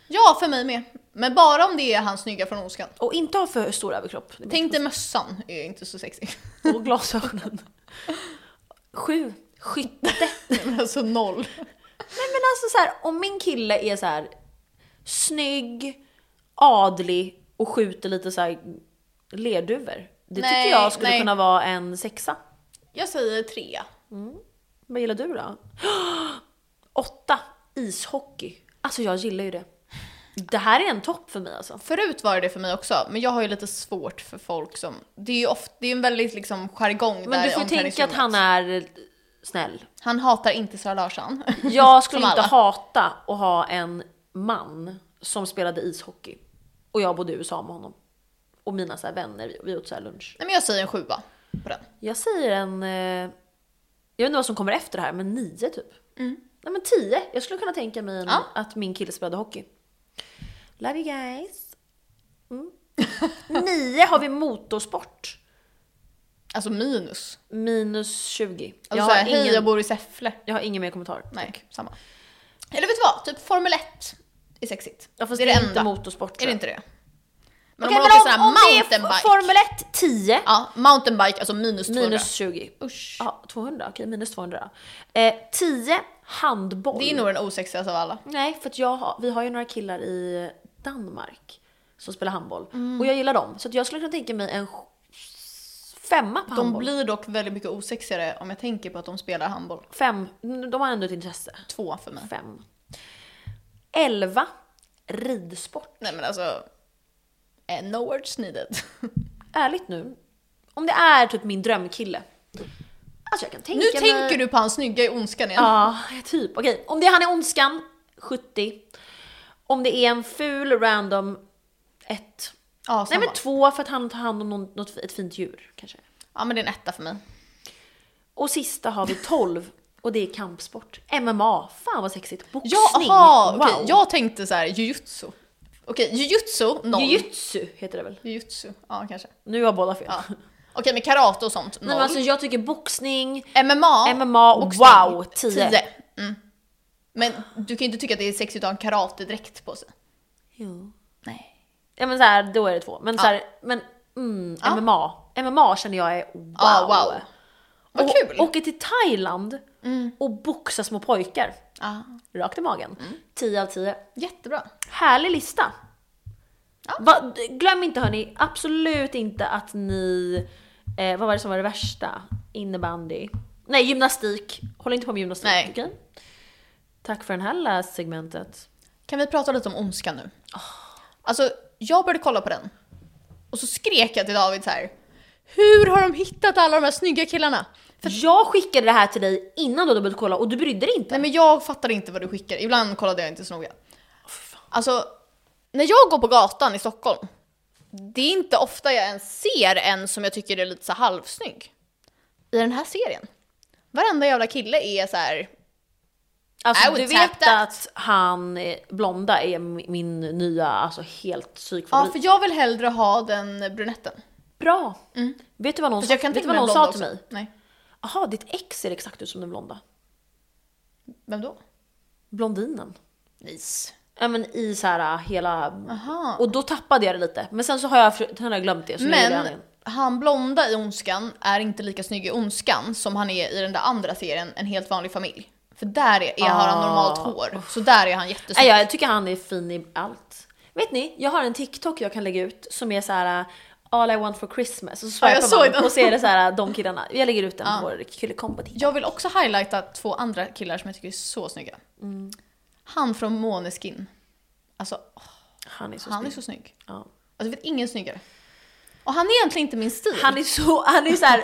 Speaker 2: ja för mig med. Men bara om det är han snygga från Ondskan.
Speaker 1: Och inte ha för stor överkropp. Det
Speaker 2: Tänk dig mössan, är inte så sexig. (laughs)
Speaker 1: måste- Och glasögonen. (laughs) Sju, skytte.
Speaker 2: Men alltså noll.
Speaker 1: Nej men alltså så här, om min kille är så här snygg, adlig och skjuter lite så här lerduvor. Det
Speaker 2: Nej,
Speaker 1: tycker jag skulle
Speaker 2: nej.
Speaker 1: kunna vara en sexa.
Speaker 2: Jag säger trea.
Speaker 1: Vad gillar du då? (gasps) Åtta, ishockey. Alltså jag gillar ju det. Det här är en topp för mig alltså.
Speaker 2: Förut var det det för mig också, men jag har ju lite svårt för folk som... Det är ju ofta, det är en väldigt liksom jargong där
Speaker 1: Men du
Speaker 2: i
Speaker 1: får ju tänka att
Speaker 2: omklädningsrummet.
Speaker 1: han är snäll.
Speaker 2: Han hatar inte Sara Larsson.
Speaker 1: (laughs) Jag skulle
Speaker 2: Som
Speaker 1: inte
Speaker 2: alla.
Speaker 1: hata att ha en man som spelade ishockey och jag bodde i USA med honom. Och mina så här vänner, vi- vi åt så här lunch.
Speaker 2: Nej men jag säger en sjua på den.
Speaker 1: Jag säger en... Eh, jag vet inte vad som kommer efter det här, men nio typ. Nej men tio. Jag skulle kunna tänka mig en,
Speaker 2: Mm. Ja.
Speaker 1: att min kille spelade hockey. Love you guys.
Speaker 2: (laughs)
Speaker 1: Mm. nio har vi motorsport.
Speaker 2: Alltså minus.
Speaker 1: Minus 20.
Speaker 2: Alltså
Speaker 1: jag,
Speaker 2: så här,
Speaker 1: har
Speaker 2: hej jag
Speaker 1: ingen,
Speaker 2: bor i Säffle.
Speaker 1: jag har ingen mer kommentar.
Speaker 2: Nej, samma. Eller vet du vad? Typ Formel 1 är sexigt.
Speaker 1: Ja, fast
Speaker 2: det är det enda.
Speaker 1: inte motorsport.
Speaker 2: Är
Speaker 1: tror
Speaker 2: det
Speaker 1: jag.
Speaker 2: inte det? Men
Speaker 1: Okej,
Speaker 2: om man åker sån här mountainbike.
Speaker 1: Formel 1 10.
Speaker 2: Ja, mountainbike, alltså minus 200.
Speaker 1: Minus 20.
Speaker 2: Usch.
Speaker 1: Ja, 200. Okej, minus 200. Eh, 10. Handboll.
Speaker 2: Det är nog den osexigaste av alla.
Speaker 1: Nej, för att jag har, vi har ju några killar i Danmark som spelar handboll.
Speaker 2: Mm.
Speaker 1: Och jag gillar dem. Så att jag skulle kunna tänka mig en sj- femma på
Speaker 2: De
Speaker 1: handboll.
Speaker 2: blir dock väldigt mycket osexigare om jag tänker på att de spelar handboll.
Speaker 1: Fem. De har ändå ett intresse.
Speaker 2: Två för mig.
Speaker 1: Fem. 11. Ridsport.
Speaker 2: Nej men alltså, eh, no words needed.
Speaker 1: Ärligt nu. Om det är typ min drömkille. Alltså jag kan tänka
Speaker 2: nu
Speaker 1: mig...
Speaker 2: tänker du på han snygga i Ondskan igen.
Speaker 1: Ja, typ. Okej, om det han är ondskan, 70. Om det är en ful random, 1.
Speaker 2: Ja,
Speaker 1: Nej
Speaker 2: samma.
Speaker 1: men 2 för att han tar hand om någon, något, ett fint djur kanske.
Speaker 2: ja men det är en etta för mig.
Speaker 1: Och sista har
Speaker 2: (laughs)
Speaker 1: vi 12 och det är kampsport. MMA, fan vad sexigt. Boxning,
Speaker 2: Ja, aha,
Speaker 1: wow.
Speaker 2: okej, Jag tänkte så här, jujutsu. Okej, jujutsu, noll.
Speaker 1: Jujutsu heter det väl?
Speaker 2: jujutsu, ja kanske.
Speaker 1: Nu har båda fel.
Speaker 2: Ja. Okej, men karate och sånt, noll.
Speaker 1: Nej, (laughs) men alltså jag tycker boxning,
Speaker 2: MMA,
Speaker 1: MMA,
Speaker 2: boxning,
Speaker 1: wow, 10.
Speaker 2: Mm. Men du kan ju inte tycka att det är sexigt att ha en karatedräkt på sig.
Speaker 1: Jo.
Speaker 2: Nej.
Speaker 1: Ja men såhär, då är det två. Men så såhär, men mm, MMA. MMA känner jag är wow.
Speaker 2: Ja, Ah, wow. Vad
Speaker 1: och,
Speaker 2: kul! Mm.
Speaker 1: Åker till Thailand och boxar små pojkar.
Speaker 2: ja,
Speaker 1: Rakt i magen.
Speaker 2: Mm.
Speaker 1: 10 av 10.
Speaker 2: Ah, jättebra.
Speaker 1: Härlig lista. Va, d- glöm inte hörni, absolut inte att ni... Eh, vad var det som var det värsta? Innebandy. Nej, gymnastik. Håll inte på med gymnastik.
Speaker 2: Nej.
Speaker 1: okej? Tack för det här lilla segmentet.
Speaker 2: Kan vi prata lite om ondska nu?
Speaker 1: Ah.
Speaker 2: Alltså, jag började kolla på den. Och så skrek jag till David så här. Hur har de hittat alla de här snygga killarna?
Speaker 1: Jag skickade det här till dig innan du hade börjat kolla och du brydde dig inte.
Speaker 2: Nej men jag fattar inte vad du skickar, ibland kollade jag inte så noga. Alltså, när jag går på gatan i Stockholm, det är inte ofta jag ens ser en som jag tycker är lite så halvsnygg. I den här serien. Varenda jävla kille är så här. I
Speaker 1: Alltså
Speaker 2: would
Speaker 1: du
Speaker 2: tap
Speaker 1: vet
Speaker 2: that.
Speaker 1: att han eh, blonda är mi- min nya, alltså helt
Speaker 2: ja
Speaker 1: psykfavorit.
Speaker 2: för jag vill hellre ha den brunetten.
Speaker 1: Bra! Vet du vad någon,
Speaker 2: Mm. Fast
Speaker 1: sa,
Speaker 2: jag kan
Speaker 1: vet du
Speaker 2: tänka
Speaker 1: vad
Speaker 2: mig en
Speaker 1: någon
Speaker 2: blond
Speaker 1: sa
Speaker 2: också.
Speaker 1: till mig?
Speaker 2: Nej,
Speaker 1: Jaha, ditt ex ser exakt ut som den blonda.
Speaker 2: vem då?
Speaker 1: Blondinen.
Speaker 2: Nice.
Speaker 1: Ja men i så här äh, hela...
Speaker 2: Aha.
Speaker 1: Och då tappade jag det lite. Men sen så har jag, sen har jag glömt det. Så nu är det han
Speaker 2: Men
Speaker 1: igen.
Speaker 2: han blonda i Ondskan är inte lika snygg i Ondskan som han är i den där andra serien, En helt vanlig familj. För där är, är, har han
Speaker 1: Ah,
Speaker 2: normalt hår, så där är han
Speaker 1: Nej,
Speaker 2: jättesnygg.
Speaker 1: jag tycker han är fin i allt. Vet ni, jag har en TikTok jag kan lägga ut som är så här äh, All I want for Christmas. Och så
Speaker 2: Ja, jag
Speaker 1: swipar man
Speaker 2: såg den.
Speaker 1: och ser det så här äh, de killarna. Jag lägger ut den på vår killekombo.
Speaker 2: Jag vill också highlighta två andra killar som jag tycker är så snygga.
Speaker 1: Mm.
Speaker 2: Han från Måneskin. Alltså, åh,
Speaker 1: Han är så
Speaker 2: han är
Speaker 1: snygg.
Speaker 2: så snygg.
Speaker 1: Ja.
Speaker 2: Alltså, jag vet ingen snyggare. Och han är egentligen inte min stil.
Speaker 1: Han är så, han är så här,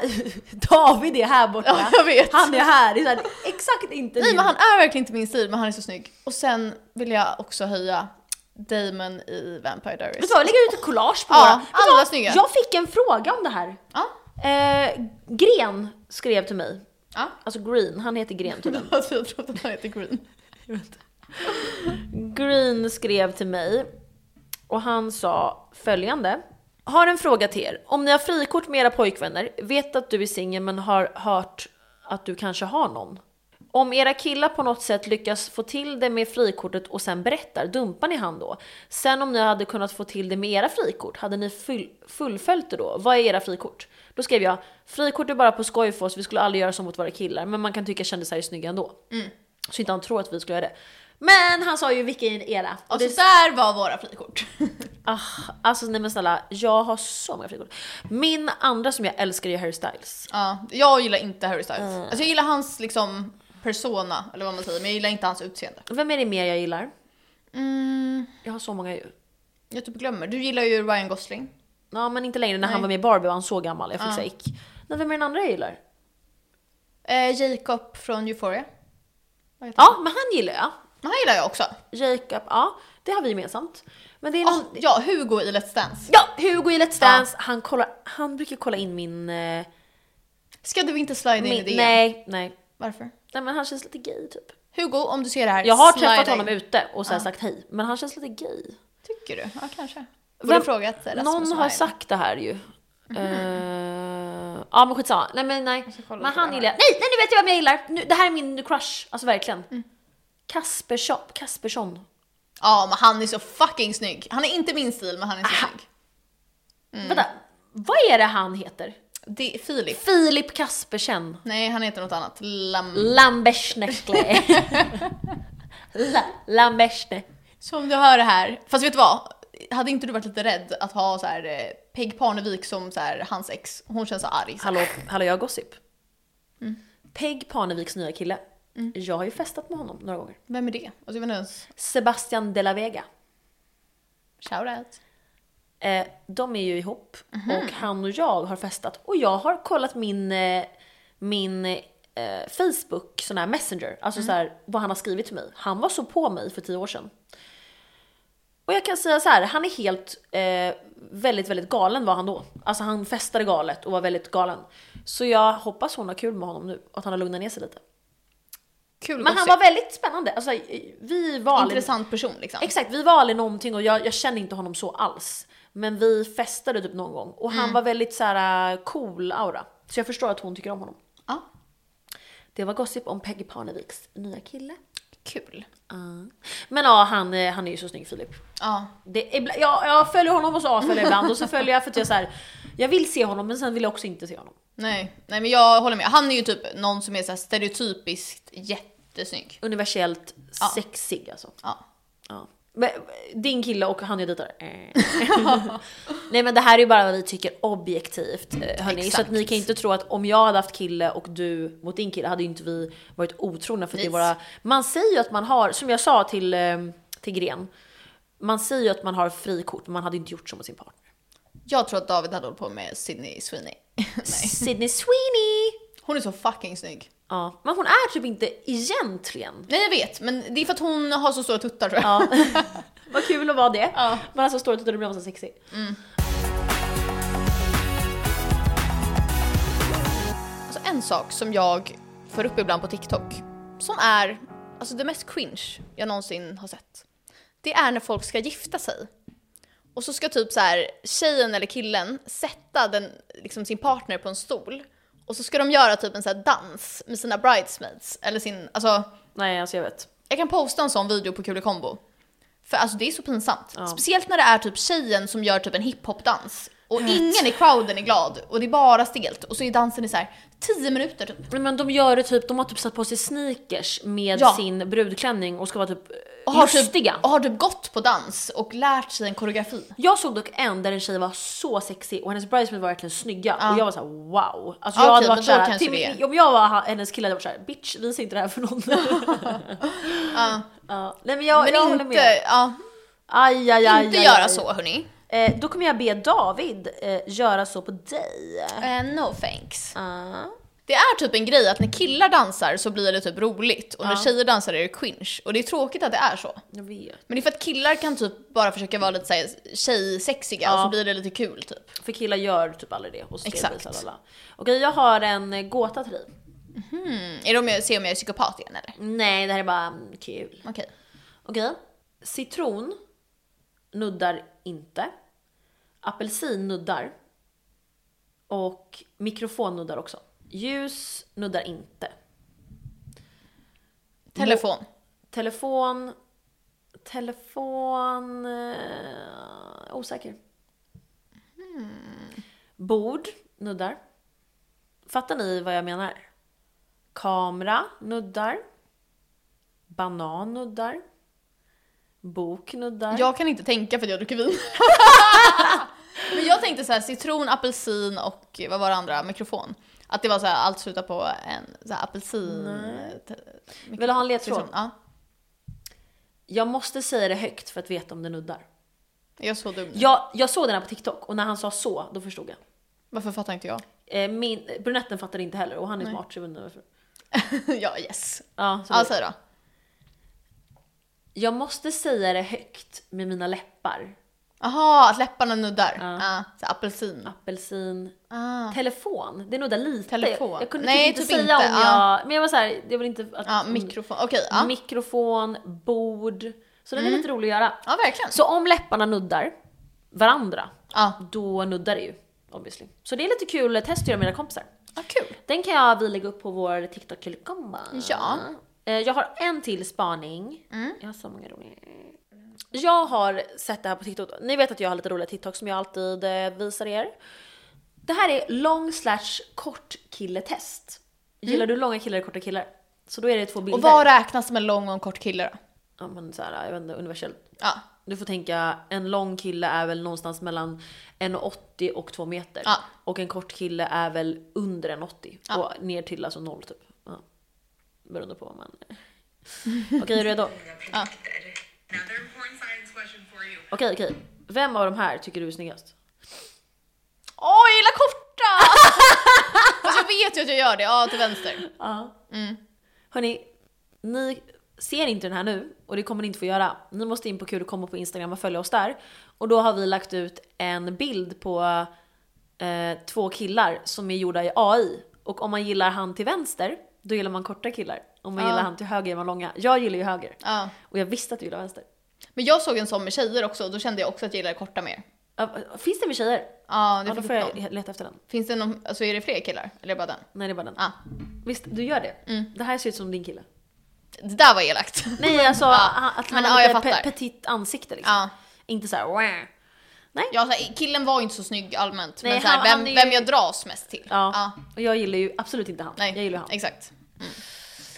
Speaker 1: (laughs) David är här borta.
Speaker 2: (laughs) Ja, jag vet.
Speaker 1: Han är här, det är så här, exakt inte
Speaker 2: Nej
Speaker 1: min.
Speaker 2: men han är verkligen inte min stil men han är så snygg. Och sen vill jag också höja Damon i Vampire Diaries.
Speaker 1: Vet du vad, vi lägger ut ett collage på
Speaker 2: Ja,
Speaker 1: våra- Vet du
Speaker 2: alla
Speaker 1: vad?
Speaker 2: snygga.
Speaker 1: Jag fick en fråga om det här.
Speaker 2: Ja.
Speaker 1: Eh, Gren skrev till mig,
Speaker 2: Ja.
Speaker 1: alltså Green, han heter Gren tydligen.
Speaker 2: Alltså, jag trodde att han hette Green.
Speaker 1: Green skrev till mig och han sa följande. Har en fråga till er. Om ni har frikort med era pojkvänner, vet att du är singel men har hört att du kanske har någon. Om era killar på något sätt lyckas få till det med frikortet och sen berättar, dumpar ni han då? Sen om ni hade kunnat få till det med era frikort, hade ni full, fullföljt det då? Vad är era frikort? Då skrev jag, frikort är bara på skoj för oss, vi skulle aldrig göra så mot våra killar, men man kan tycka kändisar är snygga ändå. Så inte han tror att vi skulle göra det. Men han sa ju vilken era. Och
Speaker 2: Och så
Speaker 1: det,
Speaker 2: där var våra (laughs) frikort.
Speaker 1: ah, alltså nej men snälla, jag har så många frikort. Min andra som jag älskar är Harry Styles.
Speaker 2: ja, jag gillar inte Harry Styles. Alltså jag gillar hans liksom persona, eller vad man säger, men jag gillar inte hans utseende.
Speaker 1: Vem är det mer jag gillar?
Speaker 2: Mm,
Speaker 1: Jag har så många ju.
Speaker 2: jag typ glömmer. Du gillar ju Ryan Gosling.
Speaker 1: Ja men inte längre när
Speaker 2: Nej. Ah.
Speaker 1: han var med i Barbie och han så gammal, jag fick
Speaker 2: Ja.
Speaker 1: såhär ick. Nej vem är den andra jag gillar?
Speaker 2: Eh, Jacob från Euphoria. Vad heter han?
Speaker 1: Ja men han gillar jag.
Speaker 2: Men han gillar jag också.
Speaker 1: Jacob, ja det har vi gemensamt. Men det är någon...
Speaker 2: Ah, ja, Hugo i Let's Dance.
Speaker 1: Ja! Hugo i Let's Dance, han, kollar, han brukar kolla in min... eh,
Speaker 2: Ska du inte slida in i
Speaker 1: min
Speaker 2: det?
Speaker 1: nej, nej.
Speaker 2: Varför?
Speaker 1: Nej men han känns lite gay typ.
Speaker 2: Hugo, om du ser det här,
Speaker 1: Jag har
Speaker 2: slida
Speaker 1: träffat
Speaker 2: in.
Speaker 1: honom ute och så här sagt hej, men han känns lite gay.
Speaker 2: Tycker du? Ja, kanske. Borde
Speaker 1: Vem-
Speaker 2: frågat eh, Rasmus
Speaker 1: Någon
Speaker 2: om
Speaker 1: har
Speaker 2: han-
Speaker 1: sagt det här ju. Eh, ja men skitsamma, nej men nej.
Speaker 2: ska kolla
Speaker 1: Men
Speaker 2: på
Speaker 1: han
Speaker 2: det
Speaker 1: gillar jag. Nej, nej nu vet jag vem jag gillar! Nu, det här är min crush, alltså verkligen. Kaspersson, Kaspersson.
Speaker 2: Ja, men han är så fucking snygg. Han är inte min stil, men han är så snygg. Mm.
Speaker 1: Vänta, vad är det han heter?
Speaker 2: Det är Filip.
Speaker 1: Filip Kaspersen.
Speaker 2: Nej, han heter något annat. Lam...
Speaker 1: (laughs) Lambersnekle. La, Lambersne.
Speaker 2: Som du hör det här. Fast vet du vad? Hade inte du varit lite rädd att ha så här eh, Peg Parnevik som så här, hans ex? Hon känns så arg. Så här.
Speaker 1: Hallå, hallå jag har gossip. Mm. Peg Parneviks nya kille. Jag har ju festat med honom några gånger.
Speaker 2: Vem är det? Alltså, jag vet inte ens.
Speaker 1: Sebastian de la Vega.
Speaker 2: Shoutout.
Speaker 1: Eh, de är ju ihop och han och jag har festat och jag har kollat min, eh, min eh, Facebook sån här messenger, alltså så här, vad han har skrivit till mig. Han var så på mig för tio år sedan. Och jag kan säga så här, han är helt, eh, väldigt, väldigt galen var han då. Alltså han festade galet och var väldigt galen. Så jag hoppas hon har kul med honom nu, att han har lugnat ner sig lite.
Speaker 2: Kul
Speaker 1: Men han var väldigt spännande, alltså eh, vi var aldrig-
Speaker 2: Intressant person liksom.
Speaker 1: Exakt, vi var aldrig någonting och jag, jag känner inte honom så alls. Men vi festade typ någon gång och han var väldigt så här äh, cool aura. Så jag förstår att hon tycker om honom.
Speaker 2: Ja,
Speaker 1: Det var gossip om Peggy Parneviks nya kille.
Speaker 2: kul.
Speaker 1: Men ja, han, eh, han är ju så snygg Filip.
Speaker 2: Ja,
Speaker 1: Det är, ibla- jag, jag följer honom och så avföljer jag ibland och så följer jag för att jag så här, jag vill se honom men sen vill jag också inte se honom.
Speaker 2: nej. Nej, men jag håller med. Han är ju typ någon som är så här stereotypiskt jättesnygg.
Speaker 1: Universellt sexig alltså.
Speaker 2: Ja.
Speaker 1: Ja. Men, din kille och han jag dejtar. Eh. (laughs) Nej men det här är ju bara vad vi tycker objektivt eh, hörni. Så att
Speaker 2: Exakt.
Speaker 1: ni kan ju inte tro att om jag hade haft kille och du mot din kille hade ju inte vi varit otrogna för att det är
Speaker 2: Yes.
Speaker 1: våra... Man säger ju att man har, som jag sa till, eh, till Gren. Man säger ju att man har frikort men man hade ju inte gjort så mot sin partner.
Speaker 2: Jag tror att David hade hållit på med Sydney Sweeney. (laughs) nej.
Speaker 1: Sydney Sweeney!
Speaker 2: Hon är så fucking snygg.
Speaker 1: Ja, men hon är typ inte egentligen.
Speaker 2: Nej jag vet, men det är för att hon har så stora tuttar tror jag.
Speaker 1: Ja. Vad kul att vara det.
Speaker 2: Ja.
Speaker 1: Man alltså står och tittar och blir man så sexig.
Speaker 2: Alltså, en sak som jag får upp ibland på TikTok, som är alltså, det mest cringe jag någonsin har sett. Det är när folk ska gifta sig. Och så ska typ så här, tjejen eller killen sätta den, liksom, sin partner på en stol. Och så ska de göra typ en så här dans med sina bridesmaids. Eller sin, alltså,
Speaker 1: Nej alltså jag vet.
Speaker 2: jag kan posta en sån video på Kul kombo. För alltså det är så pinsamt.
Speaker 1: Ja.
Speaker 2: Speciellt när det är typ tjejen som gör typ en hiphopdans. Och ingen i crowden är glad och det är bara stelt. Och så är dansen i så här 10 minuter typ.
Speaker 1: Nej, Men de gör det typ, de har typ satt på sig sneakers med
Speaker 2: Ja.
Speaker 1: sin brudklänning och ska vara typ
Speaker 2: Och har,
Speaker 1: lustiga.
Speaker 2: typ, och har typ gått på dans och lärt sig en koreografi.
Speaker 1: Jag såg dock en där en tjej var så sexig och hennes bridesmaids var verkligen snygga och jag var såhär wow. Alltså
Speaker 2: Ja,
Speaker 1: jag hade
Speaker 2: okej, men
Speaker 1: varit
Speaker 2: då
Speaker 1: såhär,
Speaker 2: kanske
Speaker 1: till,
Speaker 2: det
Speaker 1: om jag var ha- hennes kille hade jag varit såhär bitch visa inte det här för
Speaker 2: (laughs)
Speaker 1: någon.
Speaker 2: Ja.
Speaker 1: ja. Nej men jag,
Speaker 2: Men
Speaker 1: jag håller
Speaker 2: inte,
Speaker 1: med.
Speaker 2: ja,
Speaker 1: Aj, aj, aj,
Speaker 2: inte
Speaker 1: aj,
Speaker 2: göra
Speaker 1: aj.
Speaker 2: så hörni.
Speaker 1: Eh, då kommer jag be David eh, göra så på dig.
Speaker 2: Eh, no thanks.
Speaker 1: Ah.
Speaker 2: Det är typ en grej att när killar dansar så blir det typ roligt och när tjejer dansar är det cringe. Och det är tråkigt att det är så.
Speaker 1: Jag vet.
Speaker 2: Men det är för att killar kan typ bara försöka vara lite såhär tjejsexiga och så blir det lite kul typ.
Speaker 1: För killar gör typ aldrig det och
Speaker 2: Exakt.
Speaker 1: skrävvisar alla. Okej, jag har en eh, gåta till dig.
Speaker 2: Mm. Är det om jag ser om jag är psykopat igen eller?
Speaker 1: Nej, det här är bara mm, kul.
Speaker 2: Okej.
Speaker 1: Okej. Citron nuddar inte. Apelsin nuddar. Och mikrofon nuddar också. Ljus nuddar inte.
Speaker 2: Telefon.
Speaker 1: Telefon... Telefon... Eh, osäker. Hmm. Bord nuddar. Fattar ni vad jag menar? Kamera nuddar. Banan nuddar. Bok nuddar.
Speaker 2: Jag kan inte tänka för att jag dricker (laughs) vin. Men jag tänkte så här: citron, apelsin och vad var det andra? Mikrofon. Att det var så här, allt slutar på en så här, apelsin... te-
Speaker 1: Vill du ha en ledtråd?
Speaker 2: Citron. Ja.
Speaker 1: Jag måste säga det högt för att veta om det nuddar.
Speaker 2: Är Jag är så dum.
Speaker 1: Jag, jag såg den här på TikTok och när han sa så, då förstod jag.
Speaker 2: Varför fattar inte (laughs) jag?
Speaker 1: Eh, Min, brunetten fattade inte heller och han är smart så jag undrar varför.
Speaker 2: ja, yes.
Speaker 1: Ja, så
Speaker 2: Ja, säg då.
Speaker 1: Jag måste säga det högt med mina läppar.
Speaker 2: Jaha, att läpparna nuddar. Ja. så här, apelsin.
Speaker 1: Apelsin.
Speaker 2: Ah.
Speaker 1: Telefon. Det nuddar lite.
Speaker 2: Telefon.
Speaker 1: Jag, jag kunde
Speaker 2: Nej,
Speaker 1: typ inte
Speaker 2: typ
Speaker 1: säga
Speaker 2: inte.
Speaker 1: om
Speaker 2: Ja.
Speaker 1: jag... Men jag var såhär, jag vill inte att...
Speaker 2: Ja, mikrofon. Okej, ja. Mm.
Speaker 1: Mikrofon, bord. Så den är lite rolig att göra.
Speaker 2: ja, verkligen.
Speaker 1: Så om läpparna nuddar varandra,
Speaker 2: Ja,
Speaker 1: då nuddar det ju. Obviously. Så det är lite kul test att göra med mina kompisar.
Speaker 2: ja kul.
Speaker 1: Den kan jag vi lägga upp på vår TikTok-kulkomba.
Speaker 2: Ja. Mm.
Speaker 1: Jag har en till spaning. Jag har så många roliga. Jag har sett det här på TikTok. Ni vet att jag har lite roliga TikTok som jag alltid eh, visar er. Det här är lång slash kort killetest. Gillar du långa killar eller korta killar? Så då är det två bilder.
Speaker 2: Mm. Och vad räknas som en lång och en kort kille då?
Speaker 1: Ja men såhär, jag vet inte, universellt.
Speaker 2: Ja.
Speaker 1: Du får tänka, en lång kille är väl någonstans mellan 1,80 och 2 meter.
Speaker 2: Ja.
Speaker 1: Och en kort kille är väl under 1,80 och ner till alltså 0 typ. Ja. Beroende på vad man... (laughs) Okej, är du redo?
Speaker 2: Ah.
Speaker 3: Another important science question for you.
Speaker 1: Okej, okej. Vem av de här tycker du är snyggast?
Speaker 2: Åh, jag gillar (laughs) korta! Fast jag vet ju att jag gör det. Ja, till vänster.
Speaker 1: Ja.
Speaker 2: Mm.
Speaker 1: Hörni, ni ser inte den här nu och det kommer ni inte få göra. Ni måste in på kul och komma på Instagram och följa oss där. Och då har vi lagt ut en bild på eh, två killar som är gjorda i AI. Och om man gillar han till vänster, då gillar man korta killar. Om man
Speaker 2: Ja.
Speaker 1: gillar han till höger, gillar man långa. Jag gillar ju höger.
Speaker 2: Ja.
Speaker 1: Och jag visste att du gillar vänster.
Speaker 2: Men jag såg en sån med tjejer också och då kände jag också att jag gillar korta mer.
Speaker 1: Ja, Finns det med tjejer?
Speaker 2: Ja, det
Speaker 1: Ja, då
Speaker 2: fick
Speaker 1: får
Speaker 2: jag upp någon.
Speaker 1: jag leta efter den.
Speaker 2: Finns det någon, alltså är det fler killar? Eller är det bara den?
Speaker 1: Nej, det är bara den.
Speaker 2: Ja. Mm.
Speaker 1: Visst, du gör det? Det här ser ut som din kille.
Speaker 2: Det där var elakt.
Speaker 1: Nej alltså a- att han
Speaker 2: Men,
Speaker 1: har
Speaker 2: ja, jag
Speaker 1: lite pe-
Speaker 2: fattar.
Speaker 1: petit ansikte liksom.
Speaker 2: Ja.
Speaker 1: Inte såhär wow. Nej.
Speaker 2: (laughs) Ja, så här, killen var ju inte så snygg allmänt.
Speaker 1: Nej,
Speaker 2: men så här,
Speaker 1: han-
Speaker 2: vem,
Speaker 1: han är ju-
Speaker 2: vem jag dras mest till.
Speaker 1: Ja. Och jag gillar ju absolut inte han.
Speaker 2: Nej,
Speaker 1: Jag gillar han.
Speaker 2: exakt.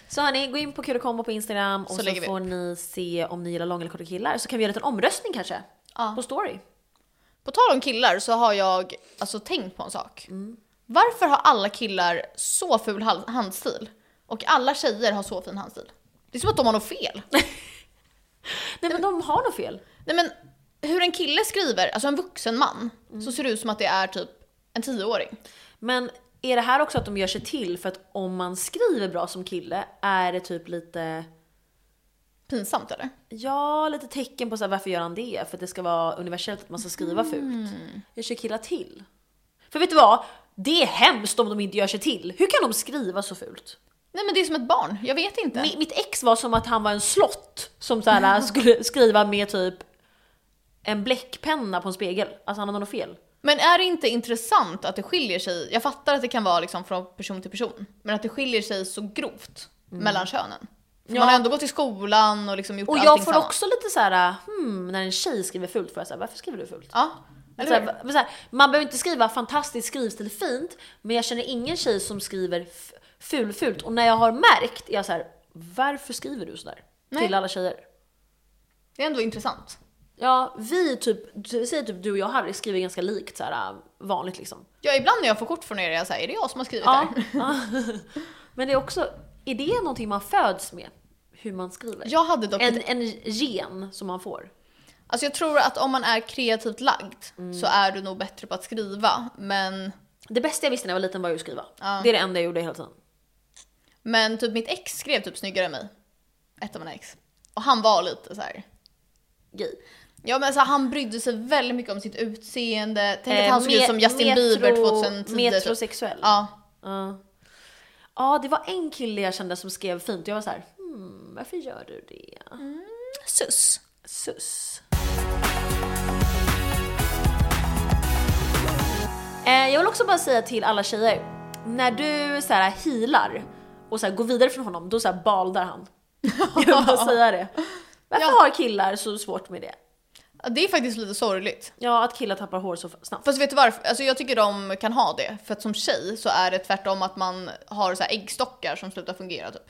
Speaker 1: Så hörni, gå in på Kul och kombo på Instagram och
Speaker 2: Så
Speaker 1: så,
Speaker 2: lägger vi
Speaker 1: får ni se om ni gillar långa eller korta killar. Så kan vi göra en liten omröstning kanske.
Speaker 2: Ja.
Speaker 1: På story. (laughs)
Speaker 2: På tal om killar så har jag alltså tänkt på en sak.
Speaker 1: Mm.
Speaker 2: Varför har alla killar så ful hal- handstil? Och alla tjejer har så fin handstil? Det är som att de har något fel.
Speaker 1: Nej men de har nog fel.
Speaker 2: Nej men hur en kille skriver, alltså en vuxen man,
Speaker 1: Mm.
Speaker 2: så ser det ut som att det är typ en tioåring.
Speaker 1: Men är det här också att de gör sig till för att om man skriver bra som kille är det typ lite,
Speaker 2: Pinsamt eller?
Speaker 1: ja lite tecken på så här, varför gör han det? För att det ska vara universellt att man ska skriva fult. Hur ser killar till? För vet du vad? Det är hemskt om de inte gör sig till. Hur kan de skriva så fult?
Speaker 2: Nej men det är som ett barn, jag vet inte.
Speaker 1: Mi- mitt ex var som att han var en slott som så här, (laughs) skulle skriva med typ en bläckpenna på en spegel. Alltså han hade något fel.
Speaker 2: Men är det inte intressant att det skiljer sig? Jag fattar att det kan vara liksom från person till person, men att det skiljer sig så grovt mellan könen. För Man har ändå gått i skolan och liksom gjort
Speaker 1: Mm. Och
Speaker 2: allting
Speaker 1: jag får
Speaker 2: samma.
Speaker 1: också lite så här, hmm, när en tjej skriver fult får jag säga varför skriver du fult?
Speaker 2: Ja, eller
Speaker 1: Så här,
Speaker 2: hur?
Speaker 1: va- Alltså, men så här, man behöver inte skriva fantastiskt skrivstil fint, men jag känner ingen tjej som skriver f- ful fult. Och när jag har märkt är jag så här, varför skriver du sådär?
Speaker 2: Nej.
Speaker 1: Till alla tjejer.
Speaker 2: Det är ändå intressant.
Speaker 1: Ja, vi typ, du- säg typ du och jag Harry skriver ganska likt så här vanligt liksom.
Speaker 2: Ja, ibland när jag får kort från er är jag såhär, är det jag som har skrivit det
Speaker 1: Ja.
Speaker 2: här?
Speaker 1: ja. (laughs) Men det är också, är det någonting man föds med? Hur man skriver?
Speaker 2: Jag hade dock
Speaker 1: En, en gen som man får.
Speaker 2: Alltså jag tror att om man är kreativt lagd
Speaker 1: Mm.
Speaker 2: så är du nog bättre på att skriva. Men,
Speaker 1: Det bästa jag visste när jag var liten var ju att skriva. Det är det enda jag gjorde hela tiden.
Speaker 2: men typ mitt ex skrev typ snyggare än mig. Ett av mina ex. Och han var lite så här.
Speaker 1: Gay.
Speaker 2: Ja men alltså, han brydde sig väldigt mycket om sitt utseende. Tänk att
Speaker 1: Eh,
Speaker 2: han såg ut
Speaker 1: me-
Speaker 2: som Justin
Speaker 1: metro-
Speaker 2: Bieber 2010. typ.
Speaker 1: Metrosexuell. Ja.
Speaker 2: Ja.
Speaker 1: ja, det var en kille jag kände som skrev fint och jag var så här, hmm, varför gör du det?
Speaker 2: Sus.
Speaker 1: Sus. Eh, jag vill också bara säga till alla tjejer, när du så här healar och så här går vidare från honom, då så här baldar han. (laughs) Jag vill bara säga det. Varför
Speaker 2: Ja.
Speaker 1: har killar så svårt med det?
Speaker 2: Det är faktiskt lite sorgligt.
Speaker 1: Ja, att killar tappar hår så snabbt.
Speaker 2: Fast vet du varför? Alltså jag tycker de kan ha det. För att som tjej så är det tvärtom att man har så här äggstockar som slutar fungera typ.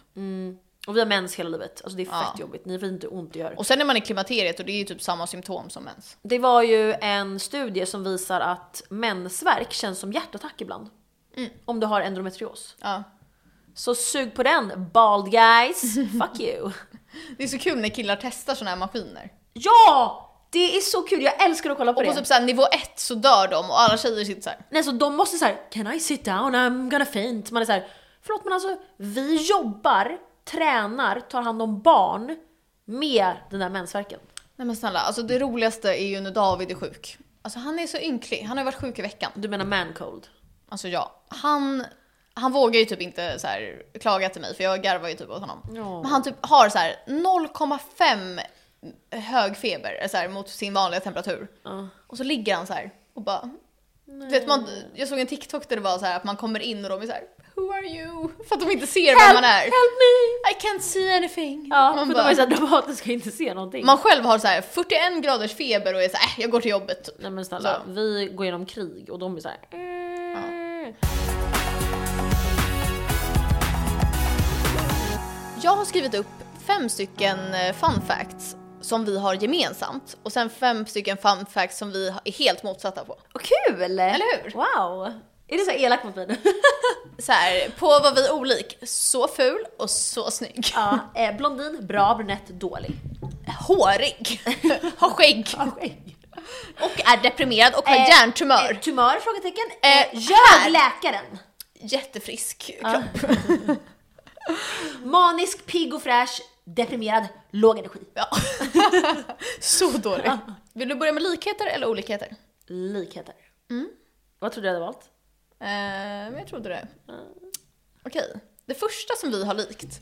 Speaker 1: Och vi har mens hela livet, alltså det är fett
Speaker 2: Ja.
Speaker 1: jobbigt. Ni vet inte hur ont det gör.
Speaker 2: Och sen är man i klimakteriet och det är ju typ samma symptom som mens.
Speaker 1: Det var ju en studie som visar att mensvärk känns som hjärtattack ibland.
Speaker 2: Mm.
Speaker 1: Om du har endometrios.
Speaker 2: Ja.
Speaker 1: Så sug på den, bald
Speaker 2: (laughs)
Speaker 1: guys! Fuck you!
Speaker 2: Det är så kul när killar testar såna här maskiner.
Speaker 1: Ja! Det är så kul, jag älskar att kolla på
Speaker 2: Och
Speaker 1: det.
Speaker 2: på typ så här, nivå 1 så dör de och alla tjejer sitter så här.
Speaker 1: Nej, så de måste så här: “Can I sit down? I'm gonna faint”. Man är så här, förlåt men alltså vi jobbar, tränar, tar hand om barn med den där mensvärken.
Speaker 2: Nej men snälla, alltså det roligaste är ju när David är sjuk. Alltså han är så ynklig, han har ju varit sjuk i veckan.
Speaker 1: Du menar mancold?
Speaker 2: Alltså ja, han, han vågar ju typ inte så här, klaga till mig för jag garvar ju typ åt honom.
Speaker 1: Ja.
Speaker 2: Men han typ har så här 0,5 hög feber eh, så här, mot sin vanliga temperatur.
Speaker 1: Ja.
Speaker 2: Och så ligger han så här och bara... Du vet, man, jag såg en TikTok där det var så här att man kommer in och de är så här Who are you? För att de inte ser vem man är.
Speaker 1: help me!
Speaker 2: I can't see anything.
Speaker 1: Ja,
Speaker 2: man,
Speaker 1: för de
Speaker 2: bara,
Speaker 1: är såhär dramatiska och inte ser någonting.
Speaker 2: man själv har så här 41 graders feber och är så här, äh, jag går till jobbet.
Speaker 1: Nej men snälla,
Speaker 2: Så.
Speaker 1: vi går igenom krig och de är såhär... mm.
Speaker 2: Jag har skrivit upp fem stycken eh, fun facts som vi har gemensamt och sen fem stycken fun facts som vi är helt motsatta på.
Speaker 1: Och kul!
Speaker 2: Eller hur?
Speaker 1: Wow! Är det så elakt mot mig nu?
Speaker 2: Så här, på vad vi är olik, så ful och så snygg.
Speaker 1: ja, (laughs) eh, blondin, bra, brunett, dålig.
Speaker 2: (laughs) Hårig, (laughs) har skägg och är deprimerad och har
Speaker 1: Eh,
Speaker 2: hjärntumör.
Speaker 1: Eh, tumör? Frågetecken.
Speaker 2: Eh,
Speaker 1: Eh,
Speaker 2: här.
Speaker 1: ljög läkaren?
Speaker 2: Jättefrisk
Speaker 1: Ja.
Speaker 2: kropp.
Speaker 1: Manisk, pigg och fräsch, deprimerad, låg energi.
Speaker 2: (laughs) Ja. (laughs) så dålig. Vill du börja med likheter eller olikheter?
Speaker 1: Likheter. Mm. Vad tror du jag hade valt?
Speaker 2: Eh, men jag trodde det. Okej. Det första som vi har likt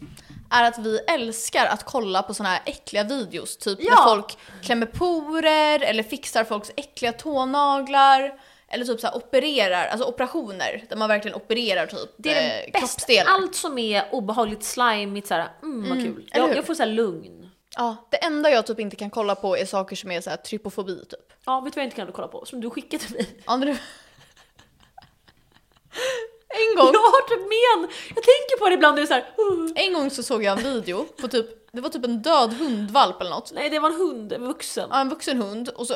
Speaker 2: är att vi älskar att kolla på såna här äckliga videos. Typ
Speaker 1: Ja.
Speaker 2: när folk klämmer porer eller fixar folks äckliga tånaglar. Eller typ så här opererar, alltså operationer där man verkligen opererar typ
Speaker 1: Det är
Speaker 2: eh,
Speaker 1: det bästa.
Speaker 2: kroppsdelar.
Speaker 1: Allt som är obehagligt slimigt såhär, mm vad kul.
Speaker 2: eller
Speaker 1: Jag,
Speaker 2: hur?
Speaker 1: jag får såhär lugn.
Speaker 2: Ja, det enda jag typ inte kan kolla på är saker som är så här trypofobi typ.
Speaker 1: Ja, vet du vad jag inte kan kolla på? Som du skickade till mig.
Speaker 2: Ja, men du... en
Speaker 1: Jag
Speaker 2: gång
Speaker 1: har typ men! Jag tänker på det ibland och är såhär... Uh.
Speaker 2: (laughs) En gång så såg jag en video på typ, det var typ en död hundvalp eller något.
Speaker 1: Nej det var en hund, en vuxen.
Speaker 2: Ja, en vuxen hund och så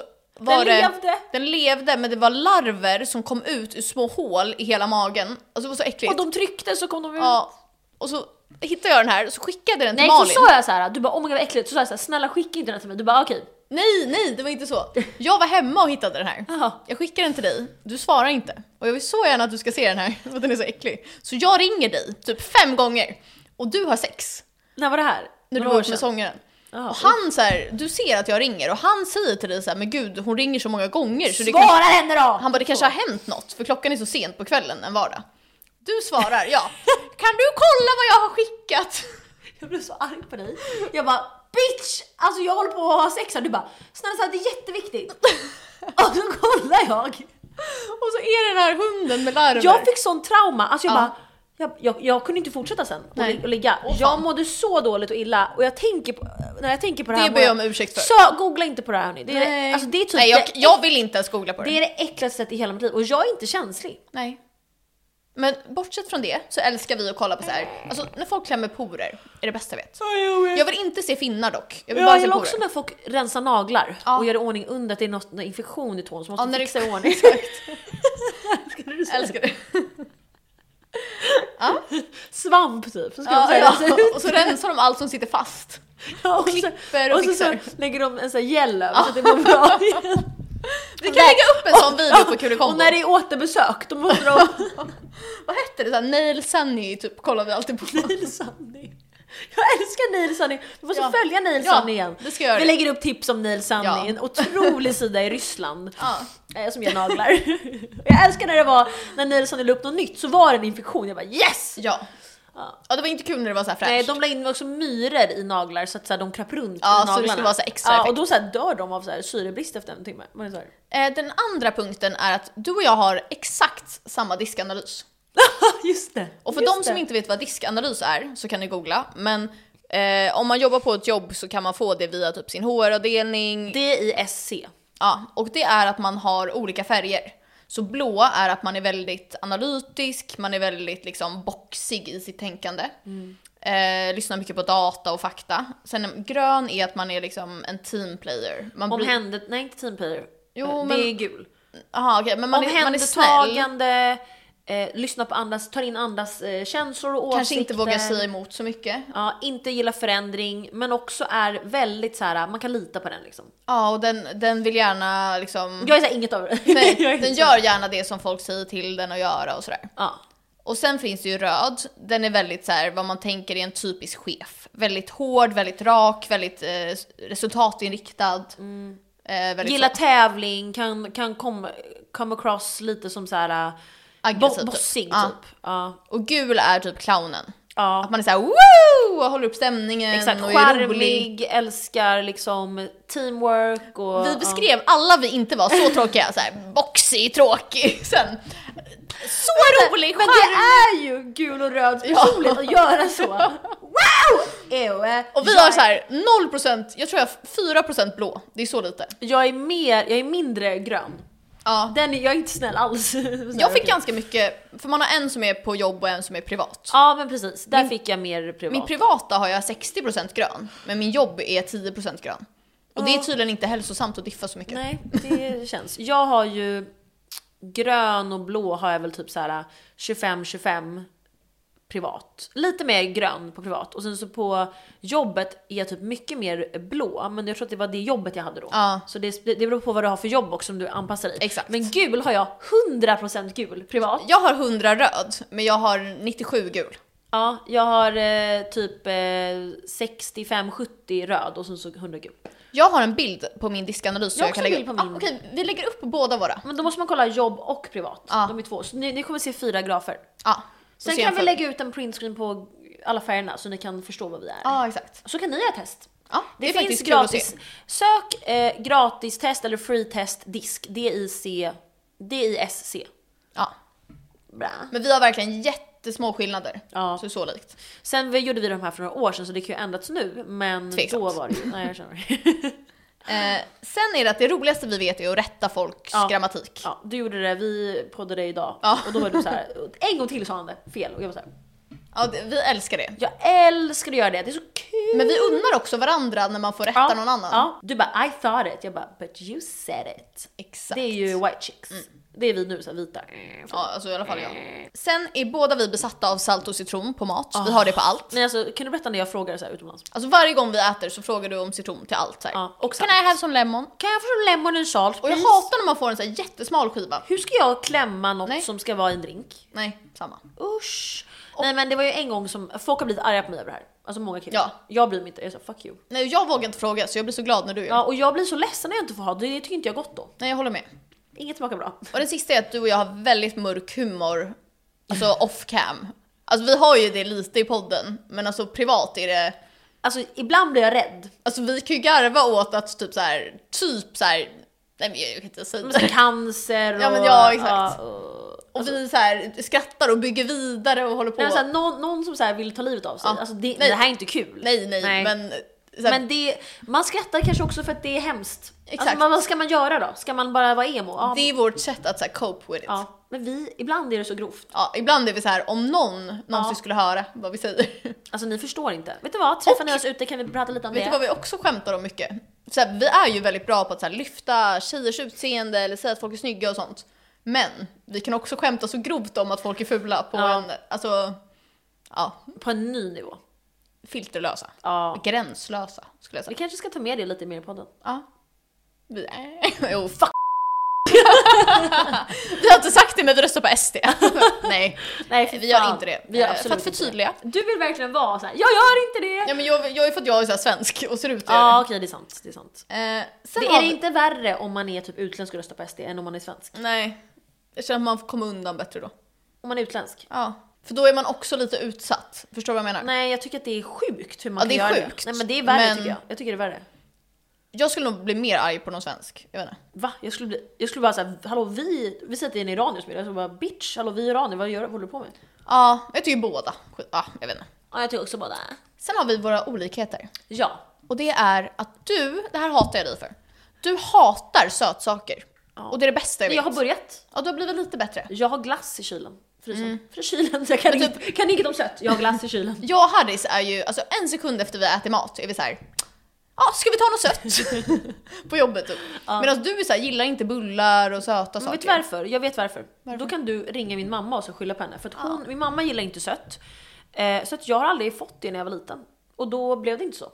Speaker 1: Den
Speaker 2: var det,
Speaker 1: levde.
Speaker 2: Den levde men det var larver som kom ut ur små hål i hela magen. Alltså det var så äckligt.
Speaker 1: Och de tryckte så kom de ut.
Speaker 2: ja, och så hittade jag den här så skickade jag den till
Speaker 1: Nej så
Speaker 2: Malin.
Speaker 1: sa jag så här, du bara åh my god vad äckligt, så sa jag så här, snälla skicka inte den till mig. Du bara okej.
Speaker 2: Nej, nej det var inte så. Jag var hemma och hittade den här.
Speaker 1: Jaha.
Speaker 2: Jag skickade den till dig, du svarar inte. Och jag vill så gärna att du ska se den här (laughs) för att den är så äcklig. Så jag ringer dig typ fem gånger och du har sex.
Speaker 1: När var det här?
Speaker 2: När du
Speaker 1: Några
Speaker 2: var
Speaker 1: år
Speaker 2: uppe med
Speaker 1: sedan.
Speaker 2: sångaren.
Speaker 1: Jaha.
Speaker 2: Och han så här, du ser att jag ringer och han säger till dig så här, men gud hon ringer så många gånger så det kanske,
Speaker 1: Svara henne då!
Speaker 2: han bara det kanske har hänt något för klockan är så sent på kvällen en vardag. Du svarar
Speaker 1: (laughs)
Speaker 2: ja. kan du kolla vad jag har skickat?
Speaker 1: Jag blev så arg på dig. Jag bara bitch! Alltså jag håller på att ha sex här. Du bara snälla så här, det är jätteviktigt. och så kollar jag.
Speaker 2: Och så är den här hunden med larver.
Speaker 1: Jag fick sån trauma, alltså jag
Speaker 2: Ja.
Speaker 1: bara jag, jag, jag kunde inte fortsätta sen och,
Speaker 2: Nej.
Speaker 1: lig- och ligga.
Speaker 2: Åh, fan.
Speaker 1: jag mådde så dåligt och illa och jag tänker på, när jag tänker på det,
Speaker 2: Det
Speaker 1: här...
Speaker 2: ber jag om ursäkt för.
Speaker 1: Så, googla inte på det här hörni. Det är, det- alltså, det är typ
Speaker 2: Nej jag,
Speaker 1: det-
Speaker 2: jag vill inte ens googla på det.
Speaker 1: Det är det äckligaste sättet i hela mitt liv och jag är inte känslig.
Speaker 2: Nej. Men bortsett från det så älskar vi att kolla på så här. alltså när folk klämmer porer är det bästa jag vet. Jag vill inte se finnar dock. Jag vill bara
Speaker 1: Jag
Speaker 2: se
Speaker 1: gillar
Speaker 2: porer.
Speaker 1: också när folk rensar naglar
Speaker 2: Ja.
Speaker 1: och gör i ordning under att det är något, någon infektion i tån så måste
Speaker 2: Ja,
Speaker 1: de
Speaker 2: (laughs) när
Speaker 1: (laughs)
Speaker 2: det-
Speaker 1: fixa i ordning.
Speaker 2: Exakt.
Speaker 1: Älskar du det?
Speaker 2: Älskar det. Ja, Ja.
Speaker 1: Svamp typ. Så ska de
Speaker 2: Ja,
Speaker 1: så här rensa ut.
Speaker 2: Och så rensar de allt som
Speaker 1: (laughs)
Speaker 2: sitter fast.
Speaker 1: Ja, (laughs) och, så,
Speaker 2: klipper och
Speaker 1: och så, så
Speaker 2: fixar.
Speaker 1: lägger de en sån här gel över så att det blir
Speaker 2: (laughs)
Speaker 1: bra igen.
Speaker 2: Vi kan lägga upp en sån video på
Speaker 1: (laughs)
Speaker 2: Kulikombo.
Speaker 1: Och när det är återbesök då måste
Speaker 2: (laughs)
Speaker 1: de...
Speaker 2: Vad hette det? Så här, Nail Sunny typ kollar vi alltid på.
Speaker 1: Neil Sunny. Jag älskar Neil Sunny. Vi måste
Speaker 2: Ja.
Speaker 1: följa Neil
Speaker 2: Ja,
Speaker 1: Sunny igen.
Speaker 2: det ska jag göra.
Speaker 1: Vi lägger upp tips om Neil Sunny,
Speaker 2: Ja.
Speaker 1: en otrolig sida i Ryssland.
Speaker 2: Ja.
Speaker 1: eh, Som gör naglar. (laughs) Jag älskar när det var, när Neil Sunny la upp något nytt så var det en infektion. Jag bara yes!
Speaker 2: Ja.
Speaker 1: Ja.
Speaker 2: ja, det var inte kul när det var så här fräscht.
Speaker 1: Nej, de la in också myror i naglar så att så här, de kröp runt
Speaker 2: Ja,
Speaker 1: i
Speaker 2: så det
Speaker 1: naglarna.
Speaker 2: skulle vara så här extra
Speaker 1: ja,
Speaker 2: effekt.
Speaker 1: och då så här, dör de av så här, syrebrist efter en timme. Man är så
Speaker 2: (laughs)
Speaker 1: här,
Speaker 2: Eh, Den andra punkten är att du och jag har exakt samma diskanalys.
Speaker 1: Just det.
Speaker 2: Och för
Speaker 1: just
Speaker 2: de som
Speaker 1: det.
Speaker 2: inte vet vad diskanalys är så kan ni googla. Men eh, om man jobbar på ett jobb så kan man få det via typ sin HR-avdelning.
Speaker 1: DISC.
Speaker 2: Ja, och det är att man har olika färger. Så blå är att man är väldigt analytisk, man är väldigt liksom boxig i sitt tänkande.
Speaker 1: Mm.
Speaker 2: Eh, lyssnar mycket på data och fakta. Sen grön är att man är liksom en team player. Man blir-
Speaker 1: Omhändet, nej inte teamplayer.
Speaker 2: Jo,
Speaker 1: Eh,
Speaker 2: men-
Speaker 1: det är gul.
Speaker 2: Aha, okej, men man, är, man är snäll.
Speaker 1: Omhändertagande, eh, lyssna på andras, tar in andras eh, känslor och
Speaker 2: Kanske
Speaker 1: åsikter.
Speaker 2: inte vågar säga emot så mycket.
Speaker 1: Ja, inte gilla förändring, men också är väldigt så här. man kan lita på den liksom.
Speaker 2: Ja, och den, den vill gärna liksom...
Speaker 1: Jag är såhär, inget av det.
Speaker 2: (laughs) Nej,
Speaker 1: (laughs) Jag är
Speaker 2: den
Speaker 1: så-
Speaker 2: gör gärna det som folk säger till den att göra och sådär.
Speaker 1: Ja.
Speaker 2: Och sen finns det ju röd. Den är väldigt så här, vad man tänker är en typisk chef. Väldigt hård, väldigt rak, väldigt eh, resultatinriktad. Eh, väldigt
Speaker 1: Mm. Gillar
Speaker 2: så,
Speaker 1: tävling, kan, kan kom, come across lite som såhär
Speaker 2: aggressiv
Speaker 1: bo,
Speaker 2: typ.
Speaker 1: bossig
Speaker 2: Ja.
Speaker 1: typ. Ja.
Speaker 2: Och gul är typ clownen.
Speaker 1: ja.
Speaker 2: Att man är såhär woo! Och håller upp stämningen
Speaker 1: Exakt,
Speaker 2: och är rolig.
Speaker 1: charmig, älskar liksom teamwork och...
Speaker 2: Vi beskrev alla vi inte var så tråkiga, så här boxig, tråkig. Sen, så rolig,
Speaker 1: Men det är ju gul och röd personligt att göra (laughs) så. Wow! Ew, eh.
Speaker 2: Och vi
Speaker 1: jag,
Speaker 2: har så här 0%, jag tror jag har 4% blå. Det är så lite.
Speaker 1: Jag är, mer, jag är mindre grön.
Speaker 2: Ja.
Speaker 1: Den, är- jag är inte snäll alls. (laughs) Så här,
Speaker 2: Jag fick
Speaker 1: okej.
Speaker 2: ganska mycket, för man har en som är på jobb och en som är privat.
Speaker 1: Ja men precis, där fick jag mer privat.
Speaker 2: Min privata har jag 60% grön, men min jobb är 10% grön. Och det är tydligen inte hälsosamt att diffa så mycket.
Speaker 1: Nej, det känns. Jag har ju grön och blå har jag väl typ så här 25-25 privat. Lite mer grön på privat och sen så på jobbet är jag typ mycket mer blå. Men jag tror att det var det jobbet jag hade då.
Speaker 2: Ja.
Speaker 1: Så det, det beror på vad du har för jobb också om du anpassar dig.
Speaker 2: Exakt.
Speaker 1: Men gul har jag 100% gul privat.
Speaker 2: Jag har 100 röd, men jag har 97 gul.
Speaker 1: Ja, jag har eh, typ eh, 65-70 röd och sen så 100 gul.
Speaker 2: Jag har en bild på min diskanalys. så
Speaker 1: Jag har också
Speaker 2: kan lägga
Speaker 1: en bild
Speaker 2: upp.
Speaker 1: på min.
Speaker 2: Ah, okej, vi lägger upp båda våra.
Speaker 1: Men då måste man kolla jobb och privat.
Speaker 2: Ja.
Speaker 1: De är två. Så ni, ni kommer se fyra grafer.
Speaker 2: Ja. så
Speaker 1: Sen
Speaker 2: ser
Speaker 1: kan
Speaker 2: jag
Speaker 1: vi
Speaker 2: för-
Speaker 1: lägga ut en printscreen på alla färgerna så ni kan förstå vad vi är.
Speaker 2: Ja, exakt.
Speaker 1: Så kan ni göra test.
Speaker 2: Ja, det,
Speaker 1: Det,
Speaker 2: är
Speaker 1: finns
Speaker 2: faktiskt kul att se.
Speaker 1: gratis. Sök eh, gratis test eller free test disk. DIC, DISC.
Speaker 2: Ja.
Speaker 1: Bra.
Speaker 2: Men vi har verkligen jättesmå skillnader.
Speaker 1: Ja.
Speaker 2: Så så likt.
Speaker 1: Sen vi, gjorde vi de här för några år sedan så det kan ju ändrats nu men
Speaker 2: Tveksamt.
Speaker 1: då var det ju... Nej jag
Speaker 2: (laughs)
Speaker 1: känner.
Speaker 2: Eh, sen är det att det roligaste vi vet är att rätta folks
Speaker 1: Ja.
Speaker 2: grammatik.
Speaker 1: ja, du gjorde det, vi poddade idag
Speaker 2: Ja.
Speaker 1: och då var du så här. en gång till sa han det fel och jag var så här.
Speaker 2: Ja, det, vi älskar det.
Speaker 1: jag älskar att göra det, det är så kul!
Speaker 2: Men vi unnar också varandra när man får rätta någon annan.
Speaker 1: Ja. Du bara I thought it, jag bara but you said it.
Speaker 2: Exakt.
Speaker 1: Det är ju white chicks. Det är vi nu, så här vita.
Speaker 2: Ja, alltså i alla fall
Speaker 1: Eh.
Speaker 2: jag. Sen är båda vi besatta av salt och citron på mat. Vi har det på allt.
Speaker 1: Ah. Nej, alltså, kan du berätta när jag frågar så här utomlands?
Speaker 2: Alltså varje gång vi äter så frågar du om citron till allt. Så här.
Speaker 1: Ja, Ah, och
Speaker 2: Can
Speaker 1: salt.
Speaker 2: I have some lemon?
Speaker 1: Kan jag få en lemon and salt
Speaker 2: Och jag
Speaker 1: please?
Speaker 2: hatar när man får en så här jättesmal skiva.
Speaker 1: Hur ska jag klämma något
Speaker 2: Nej.
Speaker 1: som ska vara i en drink?
Speaker 2: Nej, samma.
Speaker 1: Usch! Nej men det var ju en gång som folk har blivit arga på mig över det här. Alltså många killar.
Speaker 2: Ja.
Speaker 1: Jag blir mig inte, jag sa fuck you.
Speaker 2: Nej, jag vågar inte fråga så jag blir så glad när du gör det.
Speaker 1: Ja, och jag blir så ledsen när jag inte får ha det, det tycker inte jag är gott då.
Speaker 2: Nej, jag håller med.
Speaker 1: Inget smakar bra.
Speaker 2: Och den sista är att du och jag har väldigt mörk humor. Alltså
Speaker 1: (laughs)
Speaker 2: off cam. Alltså vi har ju det lite i podden, men alltså privat är det...
Speaker 1: Alltså ibland blir jag rädd.
Speaker 2: Alltså vi kan ju garva åt att typ så här, typ så här... Nej men jag kan inte säga
Speaker 1: Men
Speaker 2: det.
Speaker 1: så här Cancer och...
Speaker 2: Ja, men ja, exakt.
Speaker 1: ja, och-
Speaker 2: Och vi så här skrattar och bygger vidare och håller på.
Speaker 1: Alltså- Nej, men så här, någon, någon som så här vill ta livet av sig,
Speaker 2: Ja.
Speaker 1: alltså det,
Speaker 2: Nej.
Speaker 1: det här är inte kul.
Speaker 2: nej, nej, men... Så här,
Speaker 1: Men det, man skrattar kanske också för att det är hemskt.
Speaker 2: Exakt.
Speaker 1: Alltså, men vad ska man göra då? Ska man bara vara emo? Ja,
Speaker 2: det är vårt sätt att så här, cope with it. Ja.
Speaker 1: ja. Men vi, ibland är det så grovt.
Speaker 2: ibland är vi så här om någon någonsin skulle höra vad vi säger. (laughs)
Speaker 1: Alltså ni förstår inte. Vet du vad? Träffar
Speaker 2: Och-
Speaker 1: ni oss ute kan vi prata lite om
Speaker 2: Vet du
Speaker 1: det.
Speaker 2: vad vi också skämtar om mycket? Så här, vi är ju väldigt bra på att så här, lyfta tjejers utseende eller säga att folk är snygga och sånt. Men vi kan också skämta så grovt om att folk är fula på
Speaker 1: Ja.
Speaker 2: en... Alltså, Ja,
Speaker 1: På en ny nivå.
Speaker 2: filterlösa.
Speaker 1: Ja.
Speaker 2: Gränslösa skulle jag
Speaker 1: Vi
Speaker 2: säga.
Speaker 1: kanske ska ta med det lite mer i podden.
Speaker 2: Ja. Vi är... (laughs) Jo, fuck! vi har inte sagt det men vi röstar på SD. Nej,
Speaker 1: (laughs) Nej, för
Speaker 2: vi gör
Speaker 1: fan.
Speaker 2: inte det.
Speaker 1: Vi gör
Speaker 2: Eh,
Speaker 1: absolut
Speaker 2: för att
Speaker 1: inte det.
Speaker 2: förtydliga.
Speaker 1: Du vill verkligen vara så här. jag gör inte det!
Speaker 2: Ja men jag, jag är för att jag är så här svensk och ser ut att
Speaker 1: Ja
Speaker 2: göra det.
Speaker 1: okej det är sant. Det är, sant.
Speaker 2: Eh, sen
Speaker 1: Det
Speaker 2: har
Speaker 1: är det
Speaker 2: vi-
Speaker 1: inte värre om man är typ utländsk och röstar på SD än om man är svensk?
Speaker 2: Nej, jag känner att man kommer undan bättre då.
Speaker 1: Om man är utländsk?
Speaker 2: Ja. För då är man också lite utsatt. Förstår du vad jag menar?
Speaker 1: Nej jag tycker att det är sjukt hur man
Speaker 2: Ja,
Speaker 1: kan
Speaker 2: det är
Speaker 1: göra
Speaker 2: sjukt.
Speaker 1: det. Nej men det är värre
Speaker 2: Men-
Speaker 1: tycker jag. Jag tycker det är värre.
Speaker 2: Jag skulle nog bli mer arg på någon svensk. Jag vet inte.
Speaker 1: Va? Jag skulle, bli, jag skulle bara säga hallå vi, vi säger att det är en iranier som är det. Jag skulle bara bitch, hallå vi är iranier, vad gör, vad håller du på med?
Speaker 2: Ja, jag tycker båda. Skit- Ja, jag vet inte.
Speaker 1: Ja jag tycker också bara
Speaker 2: Sen har vi våra olikheter.
Speaker 1: Ja.
Speaker 2: Och det är att du, det här hatar jag dig för. Du hatar sötsaker.
Speaker 1: Ja.
Speaker 2: Och det är det bästa jag vet.
Speaker 1: Jag har börjat.
Speaker 2: Ja, du har blivit lite bättre.
Speaker 1: Jag har glass i kylen. Frysen. För kylen, jag kan, inget, kan inget om kött. Jag har glass i kylen. (laughs)
Speaker 2: Jag och Harris är ju, alltså en sekund efter vi har ätit mat är vi så här. Ja, ska vi ta något sött? (laughs) på jobbet typ. Medan du är så här, gillar inte bullar och söta
Speaker 1: Men
Speaker 2: saker.
Speaker 1: vet du varför? Jag vet varför. Då kan du ringa min mamma och så skylla på henne. För att hon, min mamma gillar inte sött. Eh, så att jag har aldrig fått det när jag var liten. Och då blev det inte så.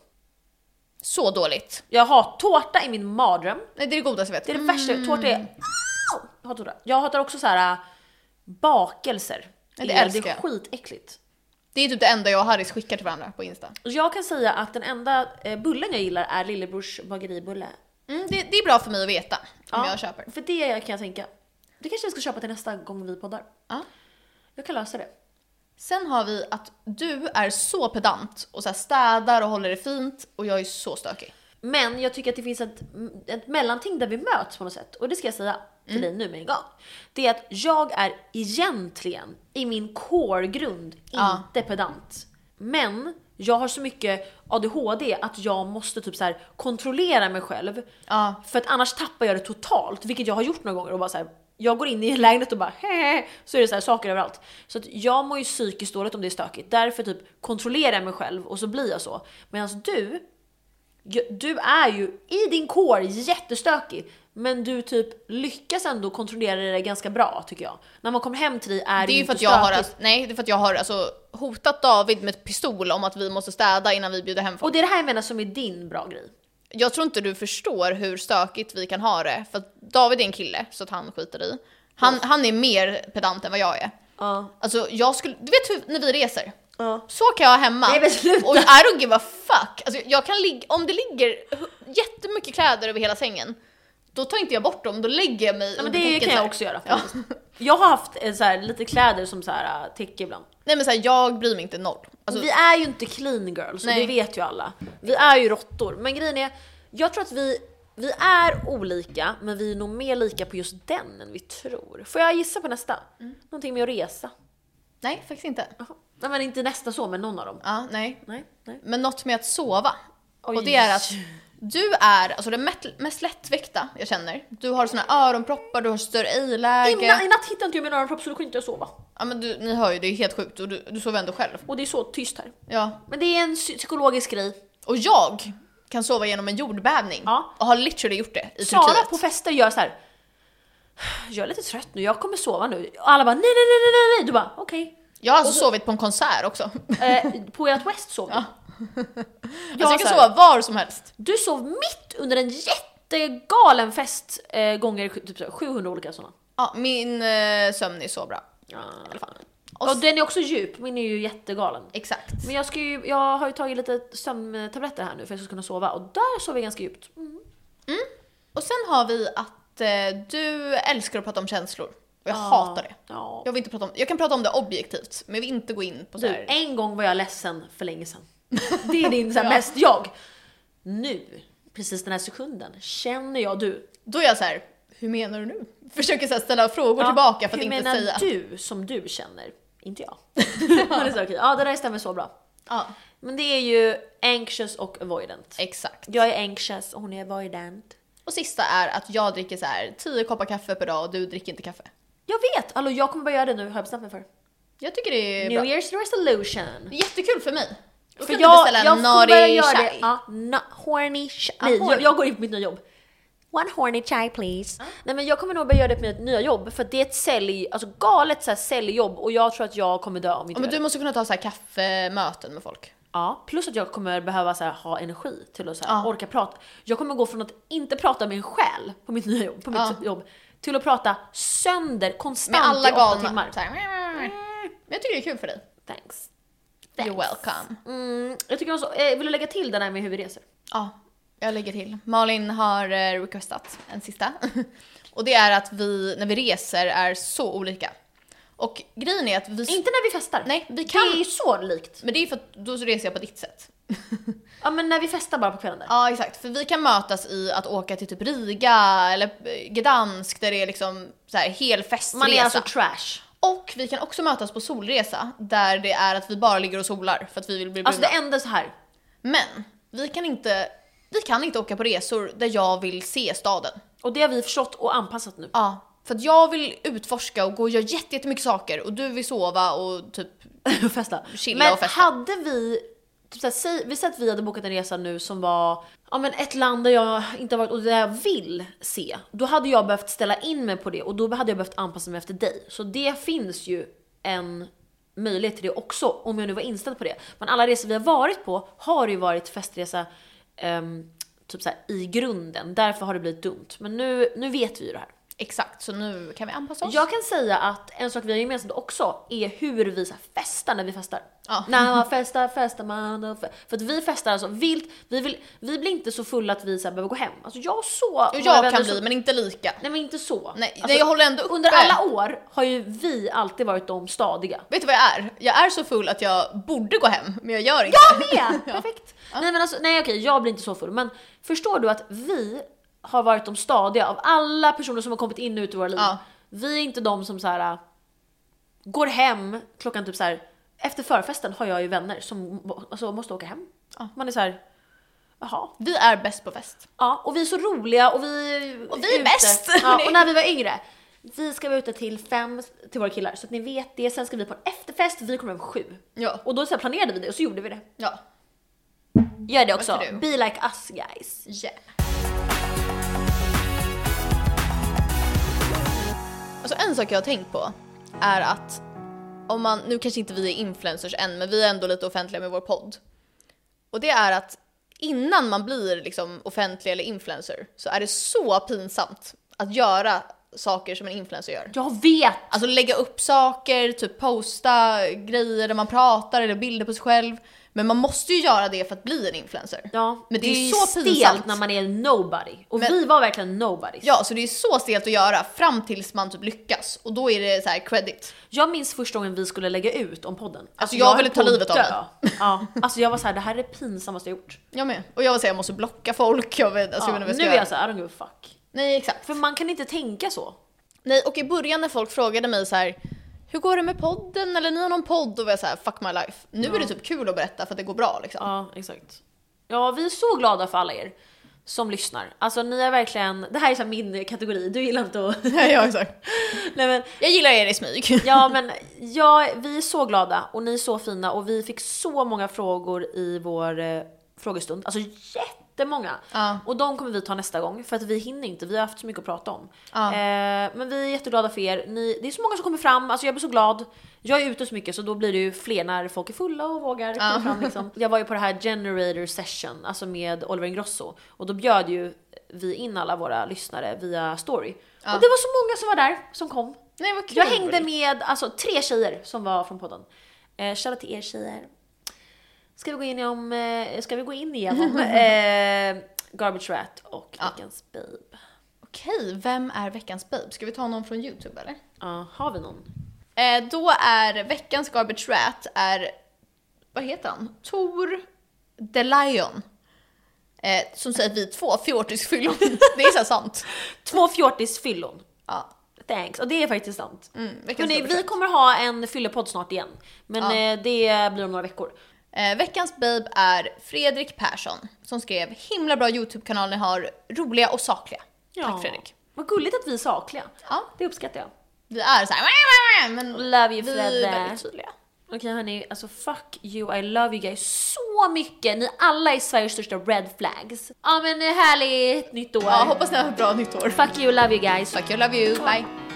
Speaker 2: Så dåligt.
Speaker 1: Jag har tårta i min mardröm.
Speaker 2: Nej, det är det godaste jag vet.
Speaker 1: Det är det värsta,
Speaker 2: Mm.
Speaker 1: tårta är... Au! Jag hatar tårta. Jag hatar också så här äh, bakelser.
Speaker 2: Ja, det
Speaker 1: är,
Speaker 2: älskar
Speaker 1: det är
Speaker 2: jag.
Speaker 1: skitäckligt.
Speaker 2: Det är typ det enda jag och Harris skickar till varandra på Insta.
Speaker 1: Jag kan säga att den enda eh, bullen jag gillar är lillebrors bageribulle.
Speaker 2: Mm, det, det är bra för mig att veta om
Speaker 1: Ja,
Speaker 2: jag köper.
Speaker 1: För det kan jag tänka. Det kanske jag ska köpa till nästa gång vi poddar.
Speaker 2: Ja.
Speaker 1: Jag kan lösa det.
Speaker 2: Sen har vi att du är så pedant och så här städar och håller det fint och jag är så stökig.
Speaker 1: Men jag tycker att det finns ett, ett mellanting där vi möts på något sätt. Och det ska jag säga till
Speaker 2: Mm.
Speaker 1: dig nu med en gång. Det är att jag är egentligen i min core-grund
Speaker 2: Ja.
Speaker 1: inte pedant. Men jag har så mycket ADHD att jag måste typ så här kontrollera mig själv.
Speaker 2: Ja.
Speaker 1: För att annars tappar jag det totalt, vilket jag har gjort några gånger. Och bara så här, jag går in i lägenhet och bara hehe, så är det så här saker överallt. Så att jag mår ju psykiskt dåligt om det är stökigt. Därför typ kontrollerar jag mig själv och så blir jag så. Medan du, ju- du är ju i din core jättestökig. Men du typ lyckas ändå kontrollera det ganska bra tycker jag. När man kommer hem till dig är
Speaker 2: Det är ju
Speaker 1: inte
Speaker 2: för att jag har,
Speaker 1: stökigt.
Speaker 2: alltså, nej, det är för att jag har alltså, hotat David med pistol om att vi måste städa innan vi bjuder hem folk.
Speaker 1: Och det är det här jag menar som är din bra grej.
Speaker 2: Jag tror inte du förstår hur stökigt vi kan ha det, för att David är en kille så att han skiter i. Han, han är mer pedant än vad jag är.
Speaker 1: Ja.
Speaker 2: Alltså jag skulle, du vet hur, när vi reser?
Speaker 1: Ja.
Speaker 2: Så kan jag ha hemma.
Speaker 1: Nej, men sluta.
Speaker 2: och I don't give a fuck. Alltså, jag kan ligga, om det ligger hu- jättemycket kläder över hela sängen, då tar inte jag bort dem, då lägger jag mig
Speaker 1: Ja, men
Speaker 2: under
Speaker 1: det kan
Speaker 2: täcket så
Speaker 1: jag
Speaker 2: här.
Speaker 1: också göra
Speaker 2: Ja.
Speaker 1: faktiskt. Jag har haft eh, så här, lite kläder som så här, äh, täcke ibland.
Speaker 2: Nej men så här, jag bryr mig inte noll. Alltså,
Speaker 1: vi är ju inte clean girls och
Speaker 2: Nej.
Speaker 1: det vet ju alla. Vi är ju råttor. Men grejen är, jag tror att vi, vi är olika men vi är nog mer lika på just den än vi tror. Får jag gissa på nästa?
Speaker 2: Mm.
Speaker 1: Någonting med att resa?
Speaker 2: Nej faktiskt inte.
Speaker 1: Jaha. Nej men inte nästa så men någon av dem.
Speaker 2: Ja, nej.
Speaker 1: Nej, nej.
Speaker 2: Men något med att sova.
Speaker 1: Oj.
Speaker 2: Och det är att du är alltså det mest, mest lättväckta jag känner. Du har såna öronproppar, du har större
Speaker 1: Innan,
Speaker 2: ejläge.
Speaker 1: I natt hittade inte jag min öronpropp så då kunde inte jag sova.
Speaker 2: Ja men du, ni hör ju, det är helt sjukt och du, du sover ändå själv.
Speaker 1: Och det är så tyst här.
Speaker 2: Ja.
Speaker 1: Men det är en psy- psykologisk grej.
Speaker 2: Och jag kan sova genom en jordbävning
Speaker 1: Ja.
Speaker 2: och har literally gjort det i
Speaker 1: Sara
Speaker 2: Turkiet.
Speaker 1: på fester gör så här. Jag är lite trött nu, jag kommer sova nu. Och alla bara nej, nej, nej, nej, nej. Du bara okej.
Speaker 2: Jag har alltså sovit på en konsert också.
Speaker 1: Eh, på ert West sov ja.
Speaker 2: (laughs) alltså jag kan
Speaker 1: så här-
Speaker 2: sova var som helst.
Speaker 1: Du sov mitt under en jättegalen fest eh, gånger sju- typ så här 700 olika sådana.
Speaker 2: Ja, min eh, sömn är så bra.
Speaker 1: Ja, i alla fall.
Speaker 2: Och
Speaker 1: Och den är också djup, min är ju jättegalen.
Speaker 2: Exakt.
Speaker 1: Men jag, ska ju, jag har ju tagit lite sömntabletter här nu för att jag ska kunna sova och där sov jag ganska djupt. Mm.
Speaker 2: Och sen har vi att eh, du älskar att prata om känslor. Och jag
Speaker 1: Ja.
Speaker 2: hatar det.
Speaker 1: Ja.
Speaker 2: Jag, vill inte prata om, jag kan prata om det objektivt, men jag vill inte gå in på så
Speaker 1: Du,
Speaker 2: här.
Speaker 1: en gång var jag ledsen för länge
Speaker 2: (laughs)
Speaker 1: sedan. Det är din så här, mest jag. Nu, precis den här sekunden, känner jag du.
Speaker 2: Då är jag så här, hur menar du nu? (laughs) Försöker så här ställa frågor
Speaker 1: Ja,
Speaker 2: tillbaka för att
Speaker 1: hur
Speaker 2: inte
Speaker 1: menar
Speaker 2: säga.
Speaker 1: du som du känner? Inte
Speaker 2: (laughs)
Speaker 1: jag. (laughs) Men det är så, okej. Ja, det där stämmer så bra.
Speaker 2: Ja,
Speaker 1: Men det är ju anxious och avoidant.
Speaker 2: exakt.
Speaker 1: Jag är anxious och hon är avoidant.
Speaker 2: Och sista är att jag dricker så här 10 koppar kaffe per dag och du dricker inte kaffe.
Speaker 1: Jag vet! Alltså jag kommer börja göra det nu har jag bestämt mig för.
Speaker 2: Jag tycker det är
Speaker 1: New
Speaker 2: bra.
Speaker 1: year's resolution.
Speaker 2: Det är jättekul för mig. Då
Speaker 1: För
Speaker 2: kan
Speaker 1: jag,
Speaker 2: du beställa
Speaker 1: jag
Speaker 2: en
Speaker 1: kommer börja
Speaker 2: nari
Speaker 1: göra
Speaker 2: chai.
Speaker 1: det. Ja, na, horny chai.
Speaker 2: Ah,
Speaker 1: Nej,
Speaker 2: horny.
Speaker 1: jag, jag går in på mitt nya jobb. One horny chai please. Nej men jag kommer nog börja göra det på mitt nya jobb för att det är ett sälj, alltså galet så här säljjobb och jag tror att jag kommer dö om
Speaker 2: Ja,
Speaker 1: inte
Speaker 2: men
Speaker 1: jag
Speaker 2: du måste kunna ta så här kaffemöten med folk.
Speaker 1: Ja, plus att jag kommer behöva så här, ha energi till att så här,
Speaker 2: Ja.
Speaker 1: orka prata. Jag kommer gå från att inte prata med en själ på mitt nya jobb, på mitt
Speaker 2: Ja.
Speaker 1: jobb till att prata sönder konstant
Speaker 2: Med alla
Speaker 1: i åtta
Speaker 2: galna.
Speaker 1: timmar.
Speaker 2: Så här. Men jag tycker det är kul för dig.
Speaker 1: Thanks.
Speaker 2: You're welcome.
Speaker 1: Mm, jag tycker också, eh, vill du lägga till den här med hur vi reser?
Speaker 2: Ja, jag lägger till. Malin har eh, requestat en sista. (laughs) Och det är att vi, när vi reser, är så olika. Och grejen är att vi...
Speaker 1: Inte när vi festar.
Speaker 2: Nej, vi
Speaker 1: Det är
Speaker 2: kan...
Speaker 1: ju så likt.
Speaker 2: Men det är för att då så reser jag på ditt sätt. (laughs)
Speaker 1: Ja men när vi festar bara på kvällen där.
Speaker 2: Ja, exakt. För vi kan mötas i att åka till typ Riga eller eh, Gdansk där det är liksom så här hel festresa.
Speaker 1: Man är alltså trash.
Speaker 2: Och vi kan också mötas på solresa där det är att vi bara ligger och solar för att vi vill bli bruna.
Speaker 1: Alltså det enda är så här.
Speaker 2: Men vi kan, inte, vi kan inte åka på resor där jag vill se staden.
Speaker 1: Och det har vi förstått och anpassat nu.
Speaker 2: Ja, för att jag vill utforska och gå och göra jätte- jättemycket saker och du vill sova och typ...
Speaker 1: och (laughs) festa.
Speaker 2: Chilla
Speaker 1: men
Speaker 2: och festa.
Speaker 1: hade vi, typ såhär, säg, vi säger att vi hade bokat en resa nu som var ja, men ett land där jag inte har varit och där jag vill se. Då hade jag behövt ställa in mig på det och då hade jag behövt anpassa mig efter dig. Så det finns ju en möjlighet till det också om jag nu var inställd på det. Men alla resor vi har varit på har ju varit festresa ehm, typ såhär, i grunden. Därför har det blivit dumt. Men nu, nu vet vi ju det här.
Speaker 2: Exakt, så nu kan vi anpassa oss.
Speaker 1: Jag kan säga att en sak vi har gemensamt också är hur vi så här festar när vi festar.
Speaker 2: Ja.
Speaker 1: När man festar, festar man. och fe- För att vi festar alltså vilt, vi, vill, vi blir inte så fulla att vi så här behöver gå hem. Alltså jag och så...
Speaker 2: Och
Speaker 1: våra
Speaker 2: jag
Speaker 1: vänner
Speaker 2: kan
Speaker 1: så-
Speaker 2: bli, men inte lika.
Speaker 1: Nej men inte så.
Speaker 2: Nej,
Speaker 1: Alltså,
Speaker 2: nej jag håller ändå uppe.
Speaker 1: Under alla år har ju vi alltid varit de stadiga.
Speaker 2: Vet du vad jag är? Jag är så full att jag borde gå hem, men jag gör inte
Speaker 1: Jag
Speaker 2: det.
Speaker 1: med! Perfekt! Nej men alltså, nej okej jag blir inte så full men förstår du att vi har varit de stadiga av alla personer som har kommit in och ut i våra liv.
Speaker 2: Ja.
Speaker 1: Vi är inte de som så här äh, går hem klockan typ så här. efter förfesten har jag ju vänner som må- alltså, måste åka hem.
Speaker 2: Ja.
Speaker 1: Man är så här. jaha.
Speaker 2: Vi är bäst på fest.
Speaker 1: Ja, och vi är så roliga och vi...
Speaker 2: Och vi är
Speaker 1: ute.
Speaker 2: bäst!
Speaker 1: Ja, och när vi var yngre. Vi ska vara ute till fem till våra killar så att ni vet det. Sen ska vi på en efterfest, vi kommer hem sju.
Speaker 2: Ja.
Speaker 1: Och då så här planerade vi det och så gjorde vi det.
Speaker 2: Ja.
Speaker 1: Gör det också.
Speaker 2: Varför du?
Speaker 1: Be like us guys.
Speaker 2: Yeah. Alltså en sak jag har tänkt på är att om man, nu kanske inte vi är influencers än men vi är ändå lite offentliga med vår podd. Och det är att innan man blir liksom offentlig eller influencer så är det så pinsamt att göra saker som en influencer gör.
Speaker 1: Jag vet!
Speaker 2: Alltså lägga upp saker, typ posta grejer där man pratar eller bilder på sig själv. Men man måste ju göra det för att bli en influencer.
Speaker 1: Ja,
Speaker 2: men det, är,
Speaker 1: ju
Speaker 2: så
Speaker 1: stelt
Speaker 2: pinsamt.
Speaker 1: när man är nobody. Och
Speaker 2: Men-
Speaker 1: vi var verkligen nobodies.
Speaker 2: Ja, så det är så stelt att göra fram tills man typ lyckas och då är det så här credit.
Speaker 1: Jag minns första gången vi skulle lägga ut om podden. Alltså,
Speaker 2: jag
Speaker 1: höll
Speaker 2: ville
Speaker 1: på
Speaker 2: ta
Speaker 1: att
Speaker 2: livet av
Speaker 1: dö.
Speaker 2: mig.
Speaker 1: Ja, alltså jag var så här, det här är det pinsammaste jag gjort.
Speaker 2: Jag med. Och jag vill säga jag måste blocka folk, jag vet, alltså,
Speaker 1: Ja,
Speaker 2: jag vet
Speaker 1: nu
Speaker 2: inte vad jag ska
Speaker 1: är jag så här,
Speaker 2: göra.
Speaker 1: I don't give a fuck.
Speaker 2: Nej exakt.
Speaker 1: För man kan inte tänka så.
Speaker 2: Nej och i början när folk frågade mig så här hur går det med podden eller ni har någon podd? Då var jag så här fuck my life. Nu är det typ kul att berätta för att det går bra liksom.
Speaker 1: Ja, exakt. Ja, vi är så glada för alla er som lyssnar. Alltså ni är verkligen, det här är så här min kategori, du gillar inte att... (laughs)
Speaker 2: Nej, (laughs) ja, exakt.
Speaker 1: Nej, men,
Speaker 2: Jag gillar er i smyg.
Speaker 1: ja men ja, vi är så glada och ni är så fina och vi fick så många frågor i vår eh, frågestund. Alltså jättemånga!
Speaker 2: Ja.
Speaker 1: Och de kommer vi ta nästa gång för att vi hinner inte, vi har haft så mycket att prata om.
Speaker 2: Ja.
Speaker 1: Eh, men vi är jätteglada för er, ni, det är så många som kommer fram, alltså jag blir så glad. Jag är ute så mycket så då blir det ju fler när folk är fulla och vågar komma
Speaker 2: Ja.
Speaker 1: fram. Liksom. Jag var ju på det här generator session, alltså med Oliver Ingrosso. Och då bjöd ju vi in alla våra lyssnare via story.
Speaker 2: Ja.
Speaker 1: Och det var så många som var där, som kom.
Speaker 2: (laughs) Nej vad kul.
Speaker 1: Jag hängde med alltså, tre tjejer som var från podden. Eh, Shoutout till er tjejer. Ska vi gå in, i om, eh, ska vi gå in
Speaker 2: (laughs)
Speaker 1: igenom eh, Garbage Rat och
Speaker 2: Ja.
Speaker 1: Veckans Babe?
Speaker 2: Okej, vem är veckans babe? Ska vi ta någon från Youtube eller?
Speaker 1: Ja, har vi någon?
Speaker 2: Eh, då är veckans Garbage Rat är, vad heter han? Tor The Lion. Eh, som säger vi två
Speaker 1: (laughs)
Speaker 2: fjortisfyllon. Det är så här sant.
Speaker 1: Två fjortisfyllon.
Speaker 2: Ja.
Speaker 1: Thanks. Och det är faktiskt sant.
Speaker 2: Mm, veckans,
Speaker 1: Hörrni,
Speaker 2: Garbage
Speaker 1: vi
Speaker 2: Rat.
Speaker 1: kommer ha en fyllepodd snart igen. Men
Speaker 2: Ja.
Speaker 1: eh, det blir om några veckor.
Speaker 2: eh, veckans babe är Fredrik Persson som skrev himla bra Youtube-kanal ni har, roliga och sakliga. Tack Fredrik.
Speaker 1: Vad gulligt att vi är sakliga.
Speaker 2: Ja,
Speaker 1: Det uppskattar jag.
Speaker 2: vi är så här, men
Speaker 1: Love you
Speaker 2: vi är
Speaker 1: Fredde.
Speaker 2: väldigt tydliga.
Speaker 1: Okej hörni, alltså fuck you, I love you guys så mycket. Ni alla är Sveriges största red flags. Ja men eh, härligt nytt år.
Speaker 2: Ja, hoppas ni har ett bra nytt år.
Speaker 1: Fuck you, love you guys.
Speaker 2: Fuck you, love you, bye!